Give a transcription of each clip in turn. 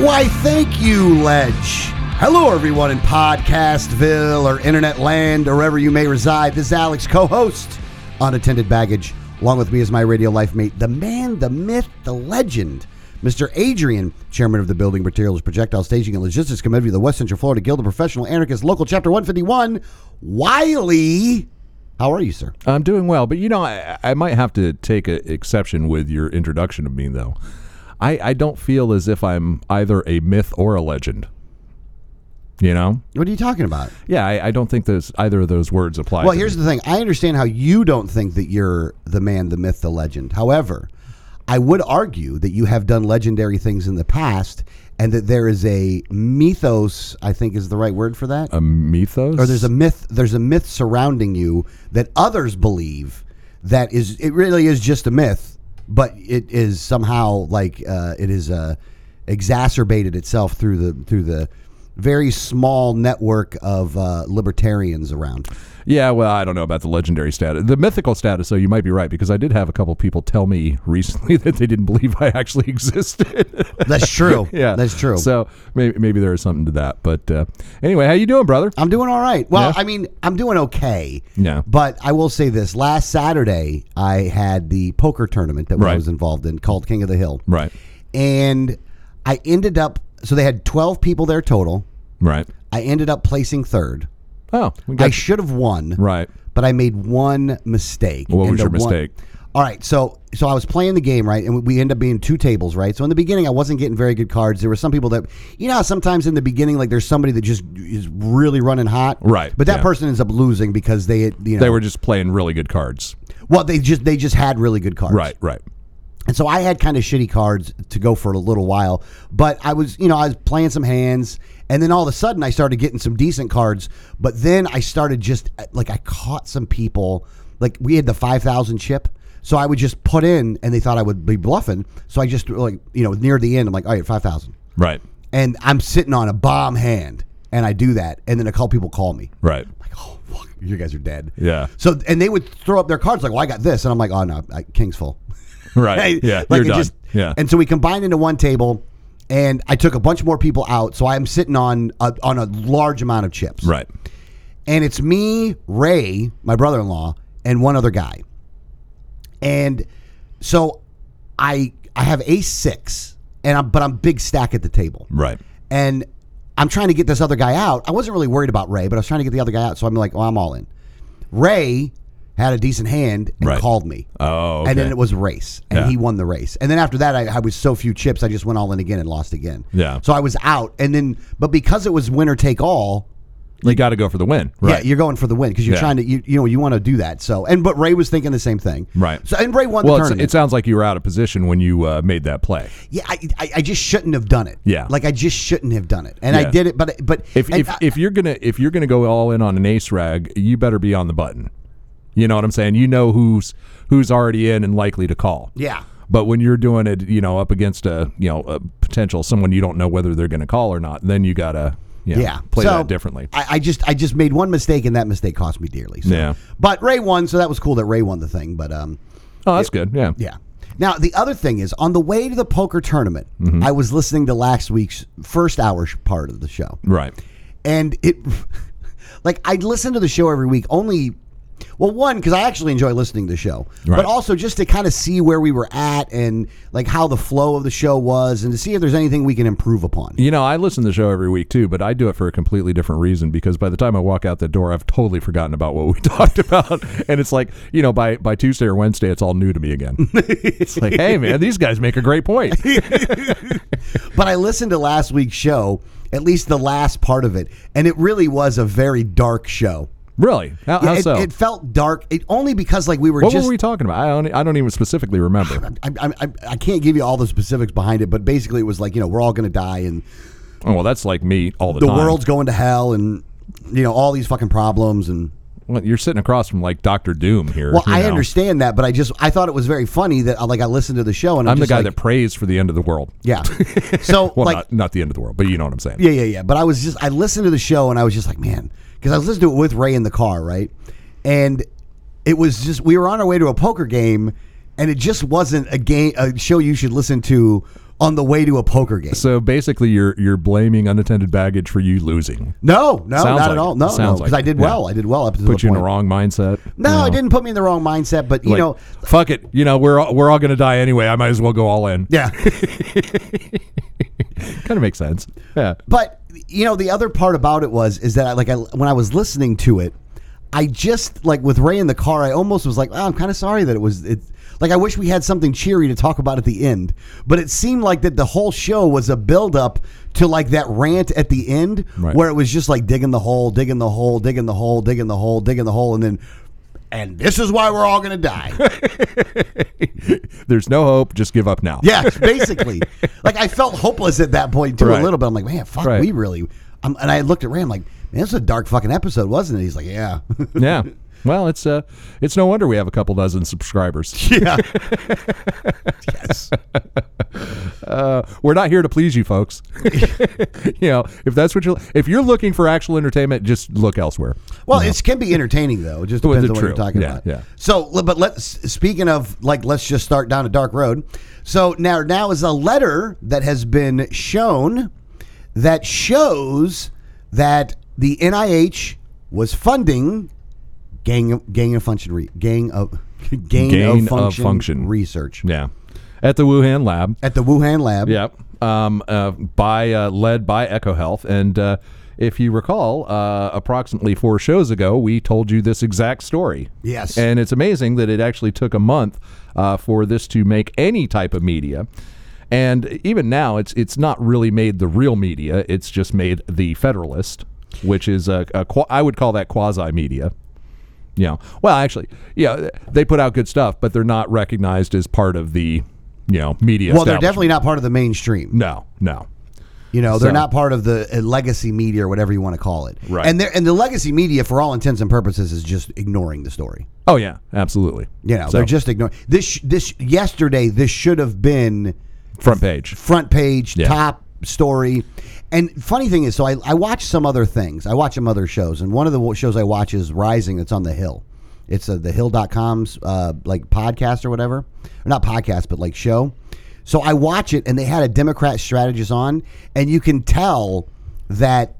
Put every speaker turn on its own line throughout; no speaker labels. Why, thank you, Ledge. Hello, everyone in Podcastville or Internet Land or wherever you may reside. This is Alex, co host, Unattended Baggage. Along with me is my radio life mate, the man, the myth, the legend, Mr. Adrian, chairman of the Building Materials Projectile Staging and Logistics Committee of the West Central Florida Guild of Professional Anarchists, Local Chapter 151, Wiley. How are you, sir?
I'm doing well, but you know, I, I might have to take an exception with your introduction of me, though. I, I don't feel as if I'm either a myth or a legend. You know?
What are you talking about?
Yeah, I, I don't think those either of those words apply.
Well,
to
here's
me.
the thing. I understand how you don't think that you're the man, the myth, the legend. However, I would argue that you have done legendary things in the past and that there is a mythos, I think is the right word for that.
a mythos.
or there's a myth, there's a myth surrounding you that others believe that is it really is just a myth, but it is somehow like uh, it is uh, exacerbated itself through the through the very small network of uh, libertarians around.
yeah. Well, I don't know about the legendary status, the mythical status. So you might be right because I did have a couple people tell me recently that they didn't believe I actually existed.
That's true.
yeah,
that's true.
So maybe maybe there is something to that. But uh, anyway, how you doing, brother?
I'm doing all right. Well,
Yeah.
I mean, I'm doing okay.
Yeah.
But I will say this: last Saturday, I had the poker tournament that I
Right.
was involved in called King of the Hill,
Right.
and I ended up. So they had 12 people there total.
Right.
I ended up placing third.
Oh, we got
I should have won.
right.
but I made one mistake.
What
And
was
the
your
one-
mistake?
all right, so so I was playing the game right, and we end up being two tables right. So in the beginning, I wasn't getting very good cards. There were some people that you know how sometimes in the beginning, like there's somebody that just is really running hot,
Right,
But that
yeah.
person ends up losing because they you know
They were just playing really good cards.
well they just they just had really good cards,
Right, right.
And so I had kind of shitty cards to go for a little while, but I was, you know, I was playing some hands, and then all of a sudden I started getting some decent cards. But then I started just uh, like I caught some people, like we had the five thousand chip, so I would just put in, and they thought I would be bluffing. So I just like, you know, near the end, I'm like, all right, five thousand,
Right,
and I'm sitting on a bomb hand, and I do that, and then a couple people call me,
right.
like, oh fuck, you guys are dead.
Yeah,
So and they would throw up their cards like, well, I got this, and I'm like, oh no, I, king's full.
right.
Hey,
Yeah,
like
you're
it
done.
just-
yeah.
And so we combined into one table, and I took a bunch more people out. So I'm sitting on a, on a large amount of chips.
right.
And it's me, Ray, my brother in law, and one other guy. And so I I have ace six, and I'm but I'm big stack at the table
Right.
and I'm trying to get this other guy out. I wasn't really worried about Ray, but I was trying to get the other guy out. So I'm like, oh, I'm all in. Ray had a decent hand and
Right.
called me.
Oh,
And then
okay.
it was a race, and
Yeah.
he won the race. And then after that, I, I was so few chips, I just went all in again and lost again.
Yeah.
So I was out, and then but because it was winner take all,
you got to go for the win. Right.
yeah, you're going for the win because you're
Yeah.
trying to you, you know you want to do that. So and but Ray was thinking the same thing.
Right.
So and Ray won
well,
the
it's,
tournament.
it sounds like you were out of position when you uh, made that play.
yeah, I, I I just shouldn't have done it.
Yeah.
Like I just shouldn't have done it, and I
Yeah.
did it. But but
If
and
if,
I-
if you're gonna if you're gonna go all in on an ace rag, you better be on the button. You know what I'm saying? You know who's who's already in and likely to call.
yeah.
But when you're doing it, you know, up against a you know a potential someone you don't know whether they're going to call or not, then you gotta you know,
yeah
play
So,
that differently.
I, I just I just made one mistake and that mistake cost me dearly. So.
Yeah.
But Ray won, so that was cool that Ray won the thing. But um,
Oh, that's good. Yeah.
yeah. Now the other thing is on the way to the poker tournament,
Mm-hmm.
I was listening to last week's first hour sh- part of the show,
Right.
and it like I listen to the show every week only. Well, one because I actually enjoy listening to the show, but
Right.
also just to kind of see where we were at and like how the flow of the show was, and to see if there's anything we can improve upon.
You know, I listen to the show every week too, but I do it for a completely different reason because by the time I walk out the door, I've totally forgotten about what we talked about, and it's like you know, by by Tuesday or Wednesday, it's all new to me again. it's like, hey man, these guys make a great point.
But I listened to last week's show, at least the last part of it, and it really was a very dark show.
Really? How,
Yeah,
how
it,
so?
it felt dark. It only because like we were
what
just
were we talking about? I don't, I don't even specifically remember.
I, I, I, I can't give you all the specifics behind it, but basically it was like, you know, we're all going to die and
Oh, well, that's like me all the,
the
time.
world's going to hell and, you know, all these fucking problems. And,
Well, you're sitting across from like Doctor Doom here.
well,
you
I
know.
understand that, but I just, I thought it was very funny that, uh, like, I listened to the show and I'm,
I'm the
just
guy
like,
that prays for the end of the world.
yeah. So,
Well,
like,
not, not the end of the world, but you know what I'm saying.
Yeah, yeah, yeah. But I was just I listened to the show and I was just like, man, because I was listening to it with Ray in the car, right? And it was just we were on our way to a poker game, and it just wasn't a game a show you should listen to on the way to a poker game.
So basically, you're you're blaming unattended baggage for you losing.
No, no,
Sounds
not
like
at all.
it.
No, no,
Sounds
because
like
I did
it, yeah.
well. I did well up until
Put
the
you
point.
in the wrong mindset.
No,
you know.
it didn't put me in the wrong mindset, but you
Like,
know,
fuck it. You know, we're all, we're all gonna die anyway. I might as well go all in.
yeah.
kind of makes sense. Yeah.
But you know, the other part about it was is that I, like I, when I was listening to it, I just like with Ray in the car, I almost was like, oh, I'm kind of sorry that it was it. Like I wish we had something cheery to talk about at the end, but it seemed like that the whole show was a build up to like that rant at the end
Right.
where it was just like digging the hole, digging the hole, digging the hole, digging the hole, digging the hole, and then and this is why we're all gonna die.
There's no hope. Just give up now.
Yeah, basically. like I felt hopeless at that point too,
Right.
a little bit. I'm like, man, fuck,
Right.
we really. I'm, and I looked at Ray. I'm like, man, this is a dark fucking episode, wasn't it? He's like, yeah,
Yeah. Well, it's uh, it's no wonder we have a couple dozen subscribers.
yeah, yes,
Uh, We're not here to please you, folks. you know, if that's what you're, if you're looking for actual entertainment, just look elsewhere.
Well, it can be entertaining though. It just
Well,
depends on
the
what you're
true.
talking
Yeah,
about.
yeah.
So, l- but let's speaking of like, let's just start down a dark road. So now, now is a letter that has been shown that shows that the NIH was funding gang gang of function re, gang of gang,
Gain
of,
of
function
function.
research
Yeah. At the Wuhan lab.
at the Wuhan lab.
Yep. Um, uh, by uh, led by EcoHealth, and uh, if you recall, uh, approximately four shows ago, we told you this exact story.
Yes.
And it's amazing that it actually took a month uh, for this to make any type of media. And even now, it's it's not really made the real media. It's just made the Federalist, which is a, a qua- I would call that quasi media. You know, well, actually, yeah, they put out good stuff, but they're not recognized as part of the you know media.
Well, they're
establishment.
definitely not part of the mainstream.
No, no.
You know, they're
So-
not part of the uh, legacy media or whatever you want to call it.
Right.
And they're, and the legacy media, for all intents and purposes, is just ignoring the story.
Oh yeah, absolutely.
You know,
So,
they're just ignoring this. This yesterday, this should have been
front page.
front page,
Yeah.
top story. And funny thing is, so I, I watch some other things. I watch some other shows, and one of the wo- shows I watch is Rising. That's on the Hill. It's a, the Hill.com's uh, like podcast or whatever, or not podcast, but like show. So I watch it, and they had a Democrat strategist on, and you can tell that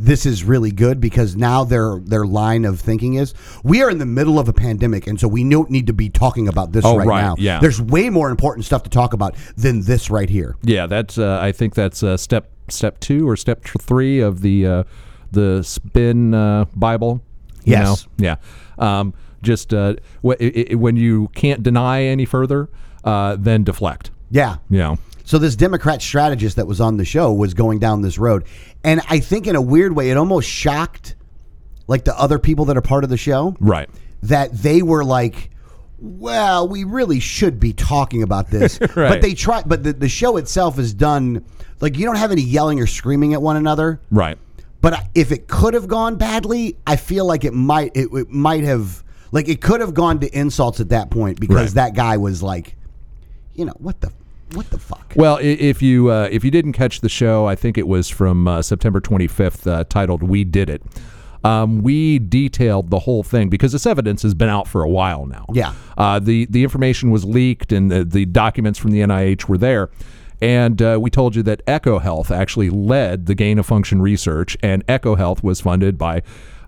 this is really good because now their their line of thinking is we are in the middle of a pandemic and so we don't need to be talking about this
Oh,
right,
right,
now.
yeah.
There's way more important stuff to talk about than this right here.
Yeah, that's. Uh, I think that's uh, step step two or step tr- three of the uh, the spin uh, Bible. you
Yes.
know? Yeah. Um, just uh, wh- i i when you can't deny any further, uh, then deflect.
Yeah.
You know.
So this Democrat strategist that was on the show was going down this road and I think in a weird way it almost shocked like the other people that are part of the show
Right.
that they were like well we really should be talking about this but
Right.
they try but the, the show itself is done like you don't have any yelling or screaming at one another
Right.
but I- if it could have gone badly, I feel like it might it, it might have like it could have gone to insults at that point because
Right.
that guy was like, you know, what the what the fuck?
Well, i- if you uh, if you didn't catch the show, I think it was from uh, September 25th, uh, titled "We Did It." Um, we detailed the whole thing because this evidence has been out for a while now.
Yeah.
uh, the the information was leaked and the, the documents from the NIH were there. And uh, we told you that EchoHealth actually led the gain of function research, and EchoHealth was funded by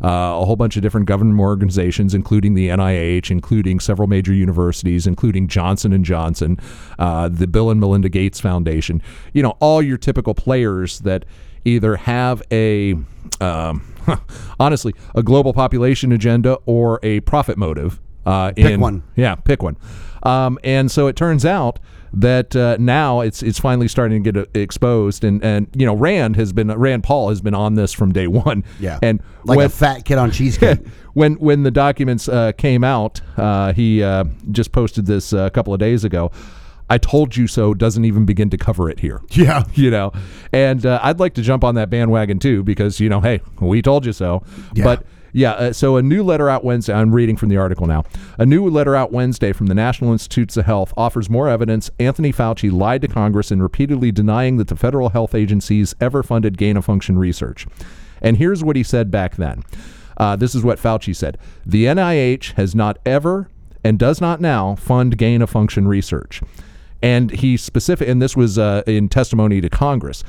uh, a whole bunch of different government organizations, including the NIH, including several major universities, including Johnson and Johnson, uh, the Bill and Melinda Gates Foundation. You know, all your typical players that either have a um, honestly a global population agenda or a profit motive uh,
Pick
in-
one.
yeah, pick one. Um, and so it turns out that uh, now it's it's finally starting to get uh, exposed, and and you know Rand has been Rand Paul has been on this from day one.
Yeah.
and
like
when,
a fat kid on cheesecake.
when when the documents uh, came out, uh, he uh, just posted this uh, a couple of days ago. I told you so doesn't even begin to cover it here.
yeah.
You know, and uh, I'd like to jump on that bandwagon too because you know, hey, we told you so.
Yeah.
But yeah, uh, so a new letter out Wednesday. I'm reading from the article now. A new letter out Wednesday from the National Institutes of Health offers more evidence Anthony Fauci lied to Congress in repeatedly denying that the federal health agencies ever funded gain of function research. And here's what he said back then. Uh, this is what Fauci said The NIH has not ever and does not now fund gain of function research. And he specific, and this was uh, in testimony to Congress.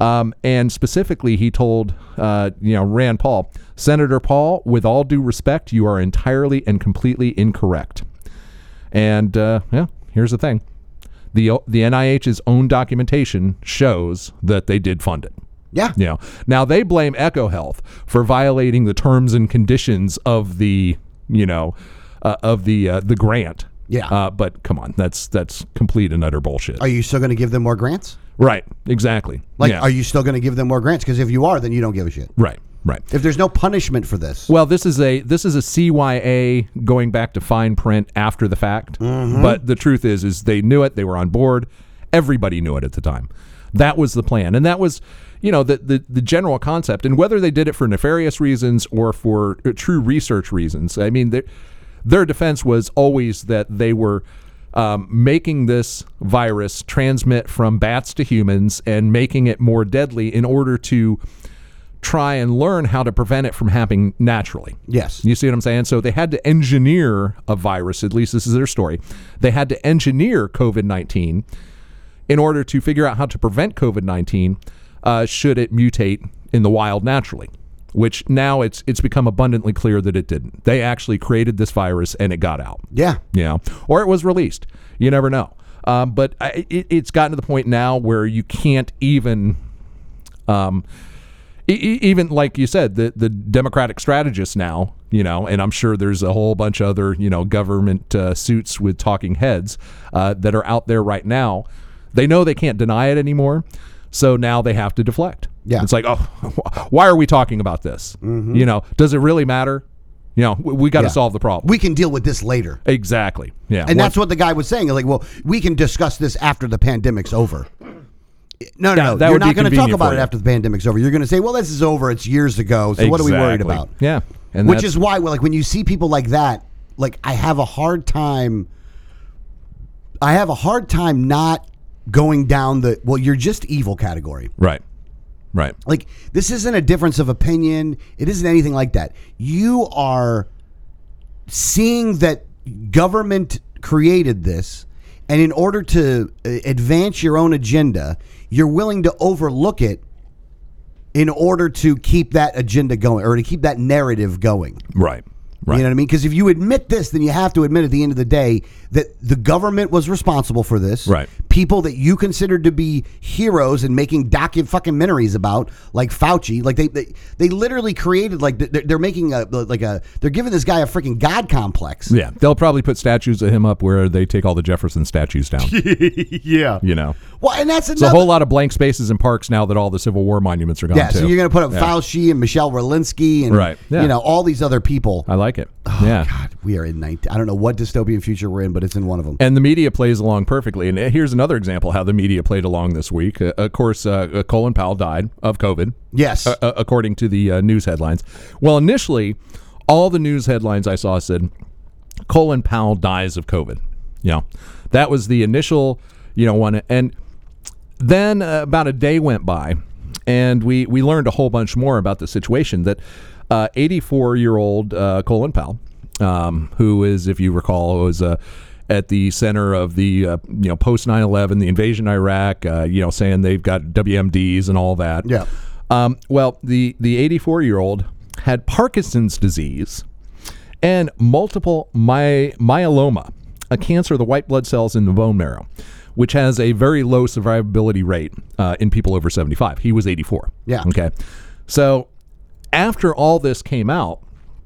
Um, and specifically, he told uh, you know Rand Paul, Senator Paul, with all due respect, you are entirely and completely incorrect. And uh, yeah, here's the thing: the o- the NIH's own documentation shows that they did fund it.
Yeah.
You know, now they blame Echo Health for violating the terms and conditions of the you know uh, of the uh, the grant.
Yeah.
Uh, but come on, that's that's complete and utter bullshit.
Are you still going to give them more grants?
right. Exactly.
Like,
yeah.
are you still going to give them more grants? Because if you are, then you don't give a shit.
right. Right.
If there's no punishment for this,
Well, this is a this is a CYA going back to fine print after the fact. But the truth is, is they knew it. They were on board. Everybody knew it at the time. That was the plan, and that was, you know, the the, the general concept. And whether they did it for nefarious reasons or for uh, true research reasons, I mean, their their defense was always that they were. Um, making this virus transmit from bats to humans and making it more deadly in order to try and learn how to prevent it from happening naturally.
yes.
You see what I'm saying? So they had to engineer a virus, at least this is their story. They had to engineer COVID 19 in order to figure out how to prevent COVID 19 uh, should it mutate in the wild naturally. Which now it's it's become abundantly clear that it didn't. They actually created this virus and it got out.
Yeah.
You know, or it was released. You never know. Um, but I, it, it's gotten to the point now where you can't even, um, e- e- even like you said, the the Democratic strategists now, you know, and I'm sure there's a whole bunch of other you know government uh, suits with talking heads uh, that are out there right now. They know they can't deny it anymore, so now they have to deflect.
Yeah. Mm-hmm.
it's like, oh, why are we talking about this? You know, does it really matter? You know, we, we got to
Yeah.
solve the problem.
We can deal with this later.
Exactly. Yeah.
And
Well,
that's what the guy was saying. Like, well, we can discuss this after the pandemic's over. No, no, no.
that
You're
would
not
be
going to talk
convenient
about
for
it
you.
after the pandemic's over. You're going to say, well, this is over. It's years ago. So what are we worried
Exactly.
about?
Yeah. And
Which
that's-
is why, well, like, when you see people like that, like, I have a hard time. I have a hard time not going down the, well, you're just evil category.
right. Right.
Like, this isn't a difference of opinion. It isn't anything like that. You are seeing that government created this, and in order to uh, advance your own agenda, you're willing to overlook it in order to keep that agenda going or to keep that narrative going.
Right. Right.
You know what I mean? Because if you admit this, then you have to admit at the end of the day that the government was responsible for this.
Right.
People that you considered to be heroes and making docu fucking memories about, like Fauci, like they they, they literally created like they're, they're making a like a they're giving this guy a freaking god complex.
yeah. They'll probably put statues of him up where they take all the Jefferson statues down.
yeah.
you know.
Well, and that's
It's a
another.
whole lot of blank spaces and parks now that all the Civil War monuments are gone
yeah.
too.
So you're gonna put up
Yeah.
Fauci and Michelle Relinsky and
Right, yeah.
you know all these other people.
I like it. yeah.
Oh, God, we are in 19. I don't know what dystopian future we're in, but it's in one of them.
And the media plays along perfectly. And here's another example how the media played along this week. Uh, of course, uh, uh, Colin Powell died of COVID.
yes.
uh, uh, according to the uh, news headlines. Well, initially, all the news headlines I saw said Colin Powell dies of COVID. You know, that was the initial, you know, one. And then uh, about a day went by, and we we learned a whole bunch more about the situation. That 84 year old uh, Colin Powell, um, who is, if you recall, was uh, at the center of the uh, you know post 9/11, the invasion of Iraq, uh, you know, saying they've got WMDs and all that.
Yeah.
Um, well, the the 84 year old had Parkinson's disease and multiple my, myeloma, a cancer of the white blood cells in the bone marrow, which has a very low survivability rate uh, in people over 75. He was 84.
Yeah.
Okay. So after all this came out,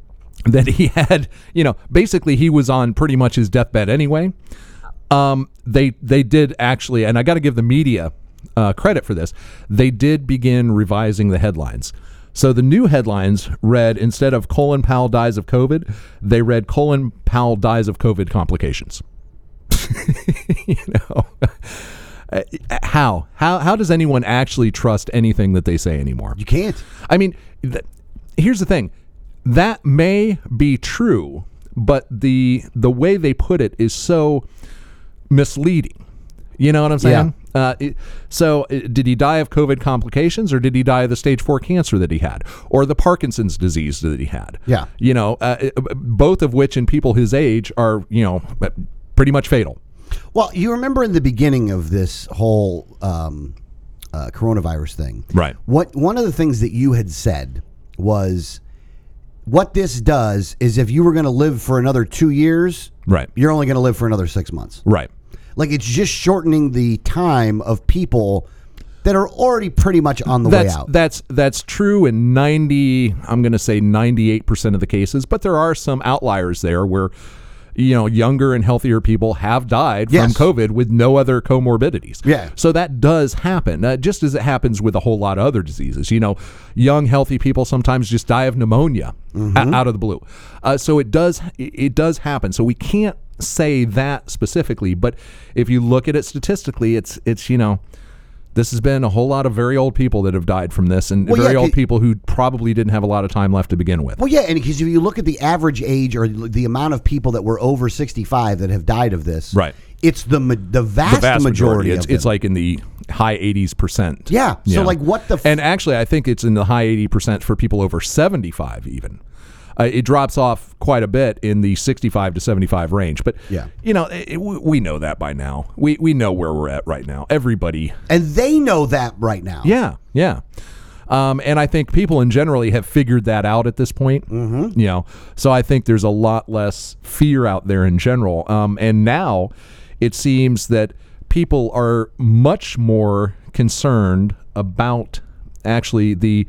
that he had, you know, basically he was on pretty much his deathbed anyway. Um, they they did actually, and I got to give the media uh, credit for this. They did begin revising the headlines. So the new headlines read instead of Colin Powell dies of COVID, they read Colin Powell dies of COVID complications. you know. Uh, How? How how does anyone actually trust anything that they say anymore?
You can't.
I mean, th- here's the thing. That may be true, but the the way they put it is so misleading. You know what I'm saying? Uh, it- so, uh, did he die of COVID complications, or did he die of the stage four cancer that he had, or the Parkinson's disease that he had?
Yeah.
you know, uh, it- both of which in people his age are you know pretty much fatal.
Well, you remember in the beginning of this whole um, uh, coronavirus thing,
Right.
What one of the things that you had said was, what this does is if you were going to live for another two years,
Right.
you're only going to live for another six months.
Right.
Like it's just shortening the time of people that are already pretty much on the
that's,
way out.
That's that's true in ninety. I'm going to say ninety eight percent of the cases, but there are some outliers there where you know younger and healthier people have died
Yes.
from COVID with no other comorbidities.
Yeah.
So that does happen, uh, just as it happens with a whole lot of other diseases. You know, young healthy people sometimes just die of pneumonia o-
Mm-hmm.
out of the blue. Uh, so it does it it does happen. So we can't say that specifically, but if you look at it statistically, it's it's you know this has been a whole lot of very old people that have died from this, and
Well, yeah,
very old
c-
people who probably didn't have a lot of time left to begin with.
well, yeah, and because if you look at the average age or the amount of people that were over 65 that have died of this,
Right.
It's the ma- the vast, majority.
It's,
of them.
it's like in the high 80s percent.
Yeah. So, like, what the f-
and actually, I think it's in the high 80 percent for people over 75 even. Uh, it drops off quite a bit in the 65 to 75 range, but
Yeah.
you know it, it- we we know that by now. We we know where we're at right now. Everybody
And they know that right now.
Yeah, yeah. Um, and I think people in generally have figured that out at this point. Mm-hmm. You know, so I think there's a lot less fear out there in general. Um, and now it seems that people are much more concerned about actually the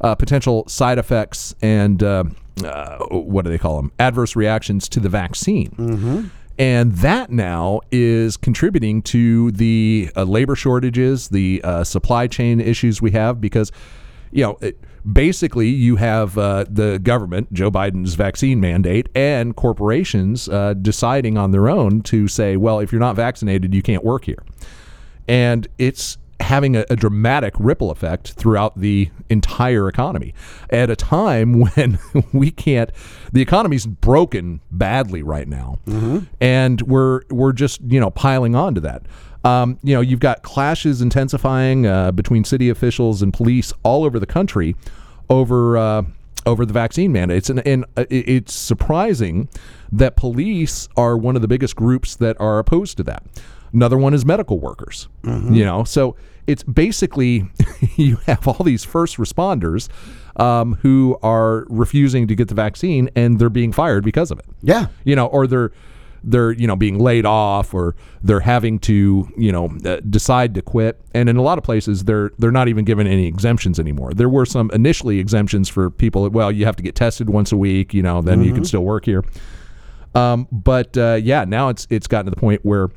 uh, potential side effects and uh, uh, what do they call them? Adverse reactions to the vaccine. Mm-hmm. And that now is contributing to the uh, labor shortages, the uh, supply chain issues we have because, you know, it, basically you have uh, the government, Joe Biden's vaccine mandate, and corporations uh, deciding on their own to say, well, if you're not vaccinated, you can't work here. And it's having a, a dramatic ripple effect throughout the entire economy at a time when we can't the economy's broken badly right now and we're we're just you know piling on to that um, you know you've got clashes intensifying uh, between city officials and police all over the country over uh, over the vaccine mandates, and, and uh, it- it's surprising that police are one of the biggest groups that are opposed to that. Another one is medical workers. You know, so it's basically you have all these first responders um, who are refusing to get the vaccine, and they're being fired because of it
Yeah.
you know, or they're they're you know being laid off, or they're having to you know uh, decide to quit. And in a lot of places, they're they're not even given any exemptions anymore. There were some initially exemptions for people. that, Well, you have to get tested once a week, you know, then you can still work here. Um, but uh, yeah, now it's it's gotten to the point where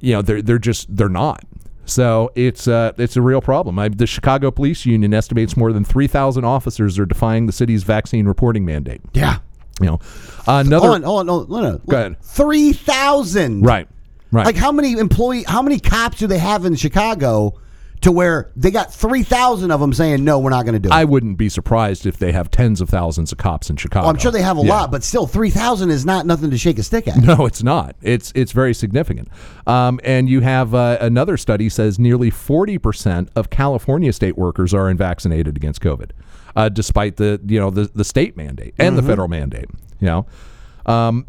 you know they're they're just they're not. So it's uh, it's a real problem. I, the Chicago Police Union estimates more than three thousand officers are defying the city's vaccine reporting mandate.
Yeah.
You know, another
Hold on, hold on, hold on. no, no.
Go ahead.
Three thousand.
Right. Right.
Like how many employee? How many cops do they have in Chicago to where they got three thousand of them saying no, we're not going to do it?
I wouldn't be surprised if they have tens of thousands of cops in Chicago.
am Oh, sure they have a
Yeah.
lot, but still, three thousand is not nothing to shake a stick at.
No, it's not. It's it's very significant. Um, and you have uh, another study says nearly forty percent of California state workers are unvaccinated against COVID, uh, despite the you know the the state mandate and
Mm-hmm.
the federal mandate. You know, um,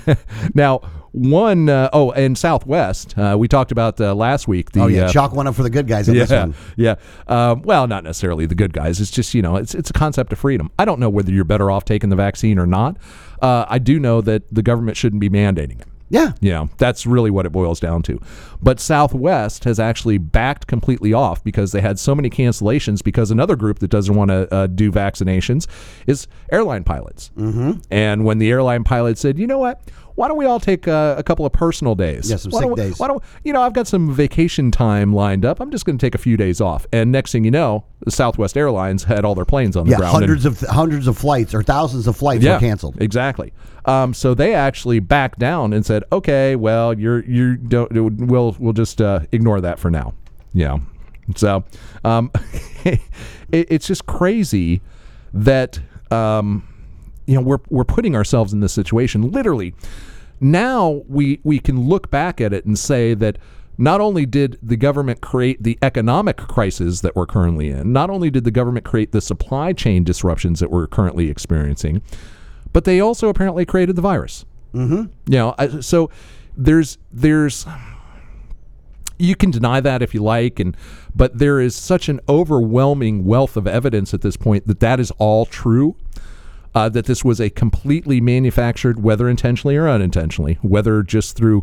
now one uh, oh and Southwest uh, we talked about uh, last week. The
Oh yeah,
uh,
chalk one up for the good guys on this
yeah,
one.
yeah. Um, well, not necessarily the good guys. It's just you know, it's it's a concept of freedom. I don't know whether you're better off taking the vaccine or not. Uh, I do know that the government shouldn't be mandating it.
Yeah.
You know, that's really what it boils down to. But Southwest has actually backed completely off because they had so many cancellations. Because another group that doesn't want to uh, do vaccinations is airline pilots. Mm-hmm. And when the airline pilot said, you know what, why don't we all take uh, a couple of personal days?
Yeah, some
Why
sick
don't we-
days.
Why don't you know? I've got some vacation time lined up. I'm just going to take a few days off. And next thing you know, Southwest Airlines had all their planes on the
Yeah,
ground. and-
hundreds of hundreds of flights or thousands of flights were canceled.
Exactly. Um, so they actually backed down and said, "Okay, well, you're you don't we'll we'll just uh, ignore that for now." Yeah. So um, it, it's just crazy that um, you know we're we're putting ourselves in this situation literally. Now we we can look back at it and say that not only did the government create the economic crisis that we're currently in, not only did the government create the supply chain disruptions that we're currently experiencing, but they also apparently created the virus. Mm-hmm. You know, I- so there's there's you can deny that if you like, and but there is such an overwhelming wealth of evidence at this point that that is all true. Uh, that this was a completely manufactured, whether intentionally or unintentionally, whether just through,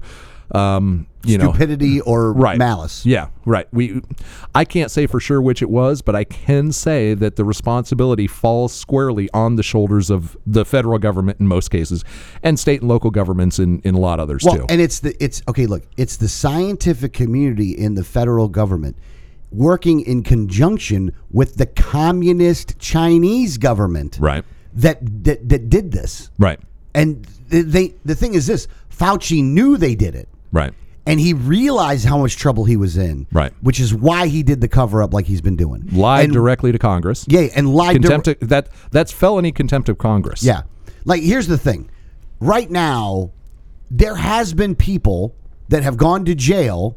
um, you know,
Stupidity or
right.
malice.
Yeah, right. We, I can't say for sure which it was, but I can say that the responsibility falls squarely on the shoulders of the federal government in most cases, and state and local governments in, in a lot of others
Well,
too.
and it's the it's okay. Look, it's the scientific community in the federal government working in conjunction with the communist Chinese government,
Right.
That that, that did this,
right,
and th- they the thing is this: Fauci knew they did it,
right,
and he realized how much trouble he was in,
Right.
Which is why he did the cover up like he's been doing.
lied
and,
directly to Congress.
yeah, and lied
contempt of- that that's felony contempt of Congress.
Yeah. Like, here's the thing. Right now, there has been people that have gone to jail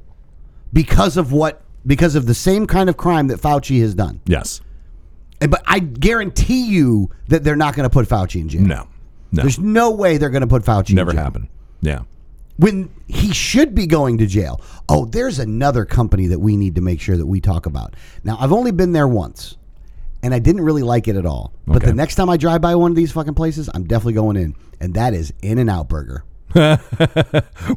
because of what because of the same kind of crime that Fauci has done.
Yes.
And, but I guarantee you that they're not going to put Fauci in jail.
No. No.
The's no way they're going to put Fauci in
never
jail.
happened. Yeah.
When he should be going to jail. Oh, there's another company that we need to make sure that we talk about. Now, I've only been there once. And I didn't really like it at all. But
Okay.
the next time I drive by one of these fucking places, I'm definitely going in. And that is In and Out Burger.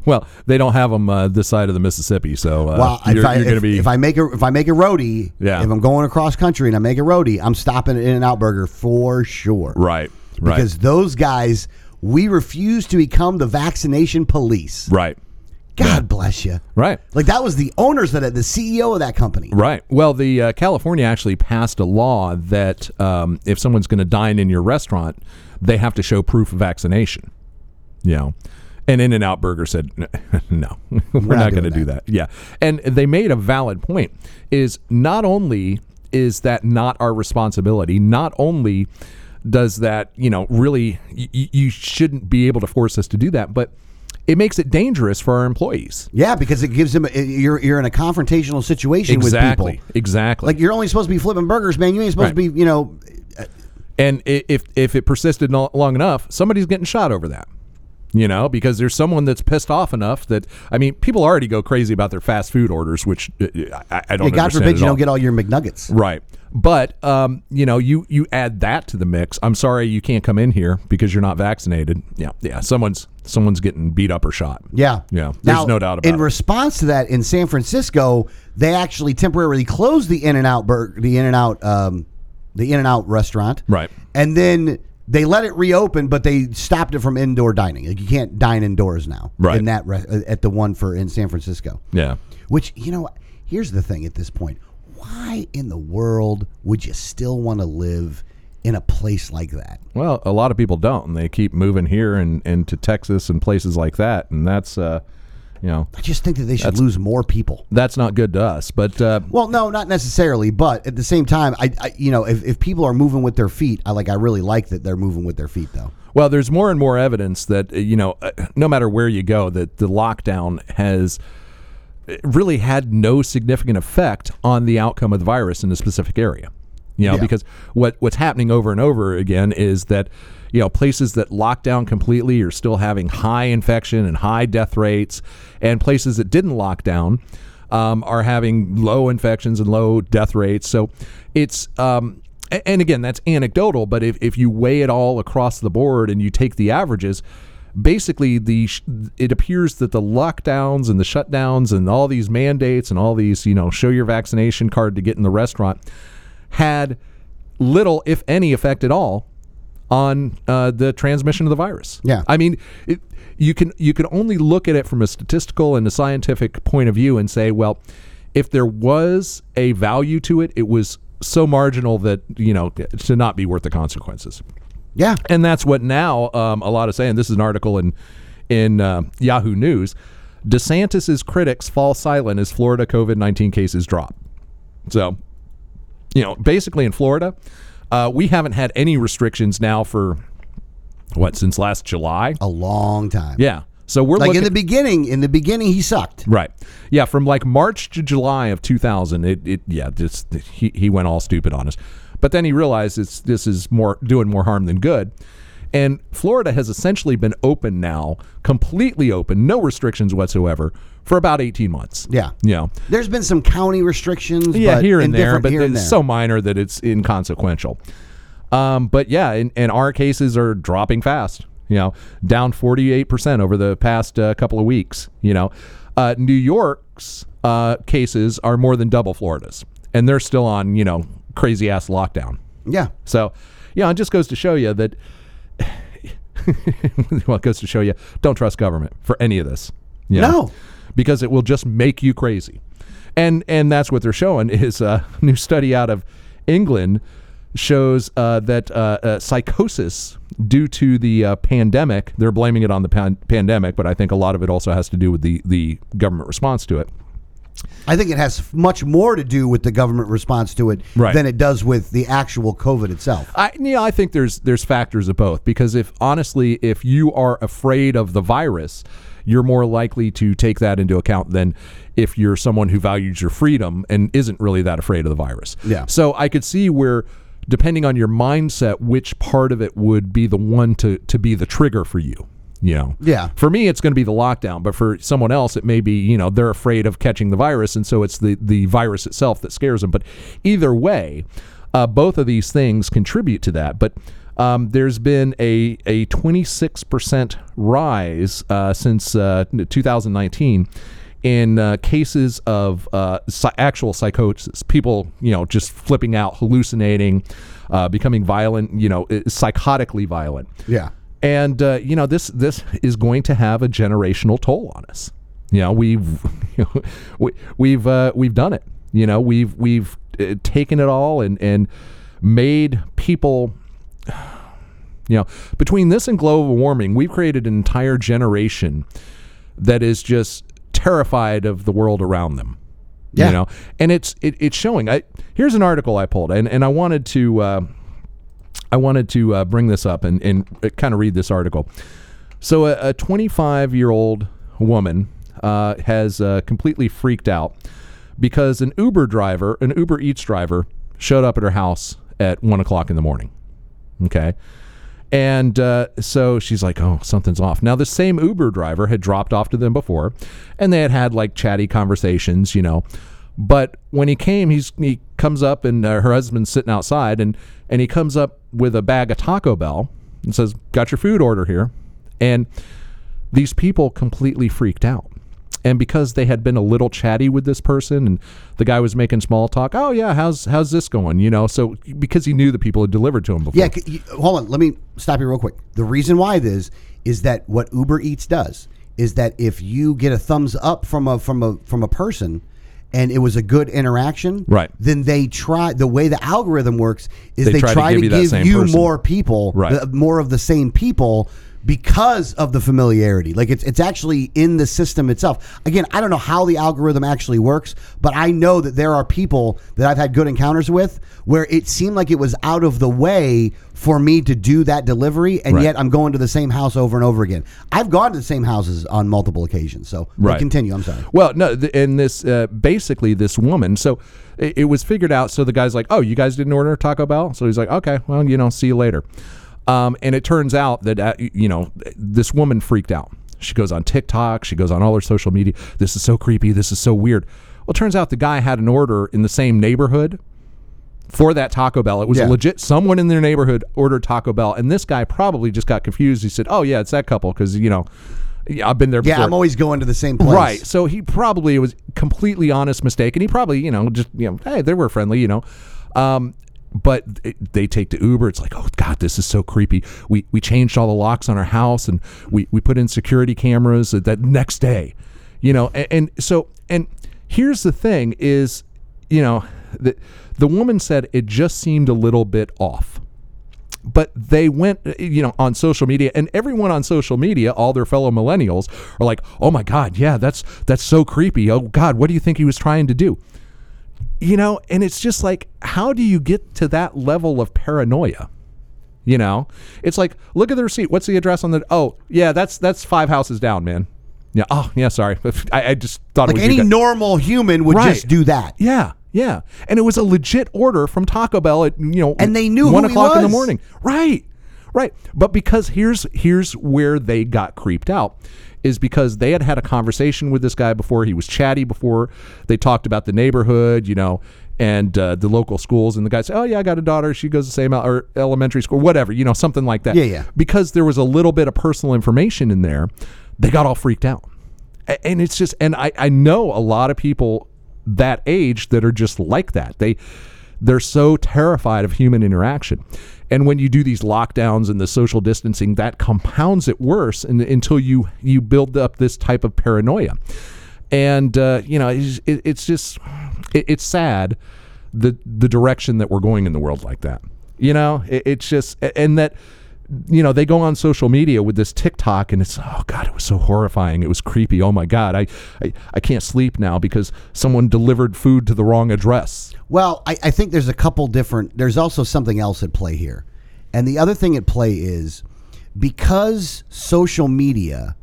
Well, they don't have them uh, this side of the Mississippi, so uh,
Well,
you're,
if, I,
you're going to
if-
be
if I make a if I make a roadie,
Yeah.
if I'm going across country and I make a roadie, I'm stopping at In and Out Burger for sure.
right, right,
Because those guys, we refuse to become the vaccination police.
right,
God bless you.
right.
Like that was the owners that the CEO of that company.
Right. Well, the uh, California actually passed a law that um, if someone's going to dine in your restaurant, they have to show proof of vaccination. You know, and In and Out Burger said, "N- "No, we're, not, going to
doing
do that." Yeah, and they made a valid point: is not only is that not our responsibility, not only does that you know really y- y- you shouldn't be able to force us to do that, but it makes it dangerous for our employees.
Yeah, because it gives them a, you're you're in a confrontational situation with
Exactly.
people.
Exactly.
Like you're only supposed to be flipping burgers, man. You ain't supposed to
Right.
be, you know,
And i- if if it persisted no- long enough, somebody's getting shot over that. You know, because there's someone that's pissed off enough that I mean, people already go crazy about their fast food orders, which uh, I, I don't.
yeah, God
understand
forbid
at
you
all.
don't get all your McNuggets.
Right. But um, you know, you you add that to the mix. I'm sorry you can't come in here because you're not vaccinated. Yeah, yeah. Someone's someone's getting beat up or shot.
Yeah.
Yeah. There's
Now,
no doubt about
in
it.
response to that, in San Francisco, they actually temporarily closed the In and Out burger, the In and Out, um, the In and Out restaurant.
Right.
And then they let it reopen, but they stopped it from indoor dining. Like you can't dine indoors now.
Right.
In that re- uh, at the one for in San Francisco.
Yeah.
Which you know, here's the thing. At this point, why in the world would you still want to live in a place like that?
Well, a lot of people don't, and they keep moving here and, and to Texas and places like that, and that's uh, you know,
I just think that they should lose more people.
that's not good to us. But uh,
Well, no, not necessarily, but at the same time, I, I you know, if, if people are moving with their feet, I like I really like that they're moving with their feet though.
Well, there's more and more evidence that uh, you know, uh, no matter where you go, that the lockdown has uh, really had no significant effect on the outcome of the virus in a specific area. You know,
Yeah.
because what what's happening over and over again is that you know places that lock down completely are still having high infection and high death rates, and places that didn't lock down. Um, are having low infections and low death rates. So it's um, a- and again that's anecdotal but if, if you weigh it all across the board and you take the averages basically the sh- it appears that the lockdowns and the shutdowns and all these mandates and all these you know show your vaccination card to get in the restaurant had little if any effect at all on uh, the transmission of the virus.
Yeah.
I mean, it, you can you can only look at it from a statistical and a scientific point of view and say, well, if there was a value to it, it was so marginal that you know to not be worth the consequences
Yeah.
and that's what now um, a lot of saying. This is an article in in uh, Yahoo News. DeSantis's critics fall silent as Florida COVID nineteen cases drop. So, you know, basically in Florida, uh, we haven't had any restrictions now for what since last July.
A long time.
Yeah, so we're
Like
looking
in the beginning, in the beginning, he sucked.
Right. Yeah, from like March to July of 2000, it, it yeah, just he, he went all stupid on us. But then he realized it's this is more doing more harm than good. And Florida has essentially been open now, completely open, no restrictions whatsoever for about 18 months.
Yeah.
Yeah.
There's been some county restrictions.
Yeah,
but
here and there,
different
but
here and
it's
there.
so minor that it's inconsequential. Um, but yeah, and, and our cases are dropping fast. You know, down forty eight percent over the past uh, couple of weeks. You know, uh, New York's uh, cases are more than double Florida's, and they're still on you know crazy ass lockdown.
yeah.
So, yeah, it just goes to show you that. well, it goes to show you don't trust government for any of this. you know?
No.
because it will just make you crazy, and and that's what they're showing is a new study out of England shows uh, that uh, uh, psychosis due to the uh, pandemic. They're blaming it on the pan- pandemic, but I think a lot of it also has to do with the the government response to it.
I think it has much more to do with the government response to it
Right.
than it does with the actual COVID itself.
I you know, I think there's there's factors of both because if honestly if you are afraid of the virus, you're more likely to take that into account than if you're someone who values your freedom and isn't really that afraid of the virus.
Yeah.
So I could see where depending on your mindset which part of it would be the one to to be the trigger for you. You know.
Yeah.
For me it's going to be the lockdown, but for someone else it may be, you know, they're afraid of catching the virus and so it's the the virus itself that scares them. But either way, uh, both of these things contribute to that. But um, there's been a, a 26% rise uh, since uh, 2019 in uh, cases of uh, psy- actual psychosis. People, you know, just flipping out, hallucinating, uh, becoming violent, you know, i- psychotically violent.
Yeah.
And uh, you know this this is going to have a generational toll on us. You know we've you know, we, we've uh, we've done it. You know we've we've uh, taken it all and and made people. You know between this and global warming, we've created an entire generation that is just terrified of the world around them.
Yeah.
You know, and it's it, it's showing. I here's an article I pulled, and and I wanted to. Uh, I wanted to uh, bring this up and, and kind of read this article. So, a 25 year old woman uh, has uh, completely freaked out because an Uber driver, an Uber Eats driver, showed up at her house at one o'clock in the morning. Okay. And uh, so she's like, oh, something's off. Now, the same Uber driver had dropped off to them before, and they had had like chatty conversations, you know. But when he came, he's he comes up, and uh, her husband's sitting outside, and and he comes up with a bag of Taco Bell and says, "Got your food order here," and these people completely freaked out. And because they had been a little chatty with this person and the guy was making small talk, oh yeah, how's how's this going? You know, so because he knew the people had delivered to him before.
Yeah, c- you- hold on. Let me stop you real quick. The reason why this is that what Uber Eats does is that if you get a thumbs up from a from a from a person and it was a good interaction,
Right.
Then they try the way the algorithm works is
They
they,
try to
try
give
to
you
give
that
you,
same person.
more people,
Right.
th- more of the same people because of the familiarity. Like it's it's actually in the system itself. Again, I don't know how the algorithm actually works, but I know that there are people that I've had good encounters with where it seemed like it was out of the way for me to do that delivery and
Right.
yet I'm going to the same house over and over again. I've gone to the same houses on multiple occasions. So but
Right.
continue, I'm sorry.
Well, no, th- and this uh, basically this woman. So it, it was figured out. So the guy's like, "Oh, you guys didn't order Taco Bell." So he's like, "Okay, well, you know, see you later." Um, and it turns out that uh, y- you know th- this woman freaked out. She goes on TikTok. She goes on all her social media. This is so creepy. This is so weird. Well, it turns out the guy had an order in the same neighborhood for that Taco Bell. It was
Yeah.
legit. Someone in their neighborhood ordered Taco Bell, and this guy probably just got confused. He said, "Oh yeah, it's that couple," because you know, yeah, I've been there.
Yeah,
before.
I'm always going to the same place.
Right. So he probably it was completely honest mistake, and he probably you know just you know hey they were friendly you know, um, but it, they take to Uber. It's like, oh God, this is so creepy. We we changed all the locks on our house, and we we put in security cameras that next day, you know. And, and so, and here's the thing: is you know, the the woman said it just seemed a little bit off but they went you know on social media and everyone on social media all their fellow millennials are like oh my god yeah that's that's so creepy oh god what do you think he was trying to do you know and it's just like how do you get to that level of paranoia you know it's like look at the receipt what's the address on the oh yeah that's that's five houses down man yeah oh yeah sorry i, I just thought
Like
it was you
any
guys.
normal human would
Right.
just do that.
Yeah, yeah. And it was a legit order from Taco Bell at you know
And they knew
one
who he
o'clock in the
was.
morning. Right. Right. But because here's here's where they got creeped out is because they had had a conversation with this guy before he was chatty before they talked about the neighborhood, you know, and uh, the local schools and the guy said, "Oh yeah, I got a daughter. She goes to the same el- or elementary school, whatever, you know, something like that."
Yeah, yeah.
Because there was a little bit of personal information in there, they got all freaked out. A- and it's just and I, I know a lot of people that age that are just like that they they're so terrified of human interaction and when you do these lockdowns and the social distancing that compounds it worse and, until you you build up this type of paranoia and uh, you know it's, it, it's just it, it's sad the the direction that we're going in the world like that you know it, it's just a- and that you know, they go on social media with this TikTok and it's, oh God, it was so horrifying. It was creepy. Oh my God, I, I, I can't sleep now because someone delivered food to the wrong address.
Well, I, I think there's a couple different. There's also something else at play here, and the other thing at play is because social media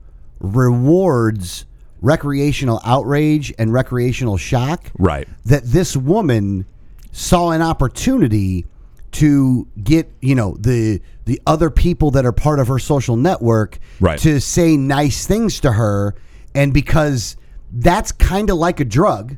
rewards recreational outrage and recreational shock.
Right.
That this woman saw an opportunity to get you know the the other people that are part of her social network
Right.
to say nice things to her, and because that's kind of like a drug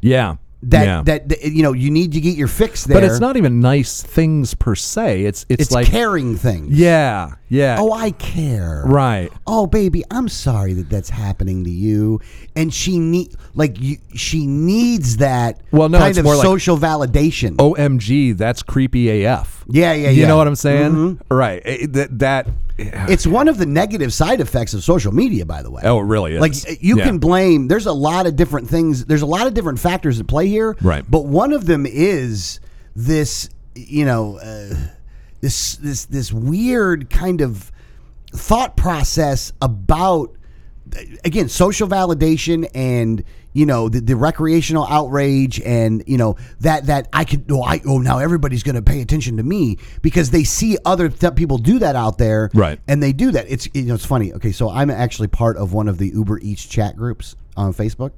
Yeah.
that
yeah.
that that, you know you need to get your fix there.
but it's not even nice things per se. It's, it's,
It's
like,
caring things.
yeah, yeah.
Oh, I care.
right.
Oh, baby, I'm sorry that that's happening to you. And she need like you, she needs that.
Well, no,
kind
it's
of
more like-
social validation.
OMG, that's creepy AF.
yeah, yeah, yeah.
You know what I'm saying? Right. It- that, that,
It's one of the negative side effects of social media, by the way.
oh, it really is.
Like you
Yeah.
can blame. There's a lot of different things. There's a lot of different factors at play here.
Right.
But one of them is this. You know, uh, this this this weird kind of thought process about again social validation and you know the, the recreational outrage and you know that that I could oh I oh now everybody's going to pay attention to me because they see other th- people do that out there
Right.
and they do that. It's you know it's funny. Okay, so I'm actually part of one of the Uber Eats chat groups on Facebook.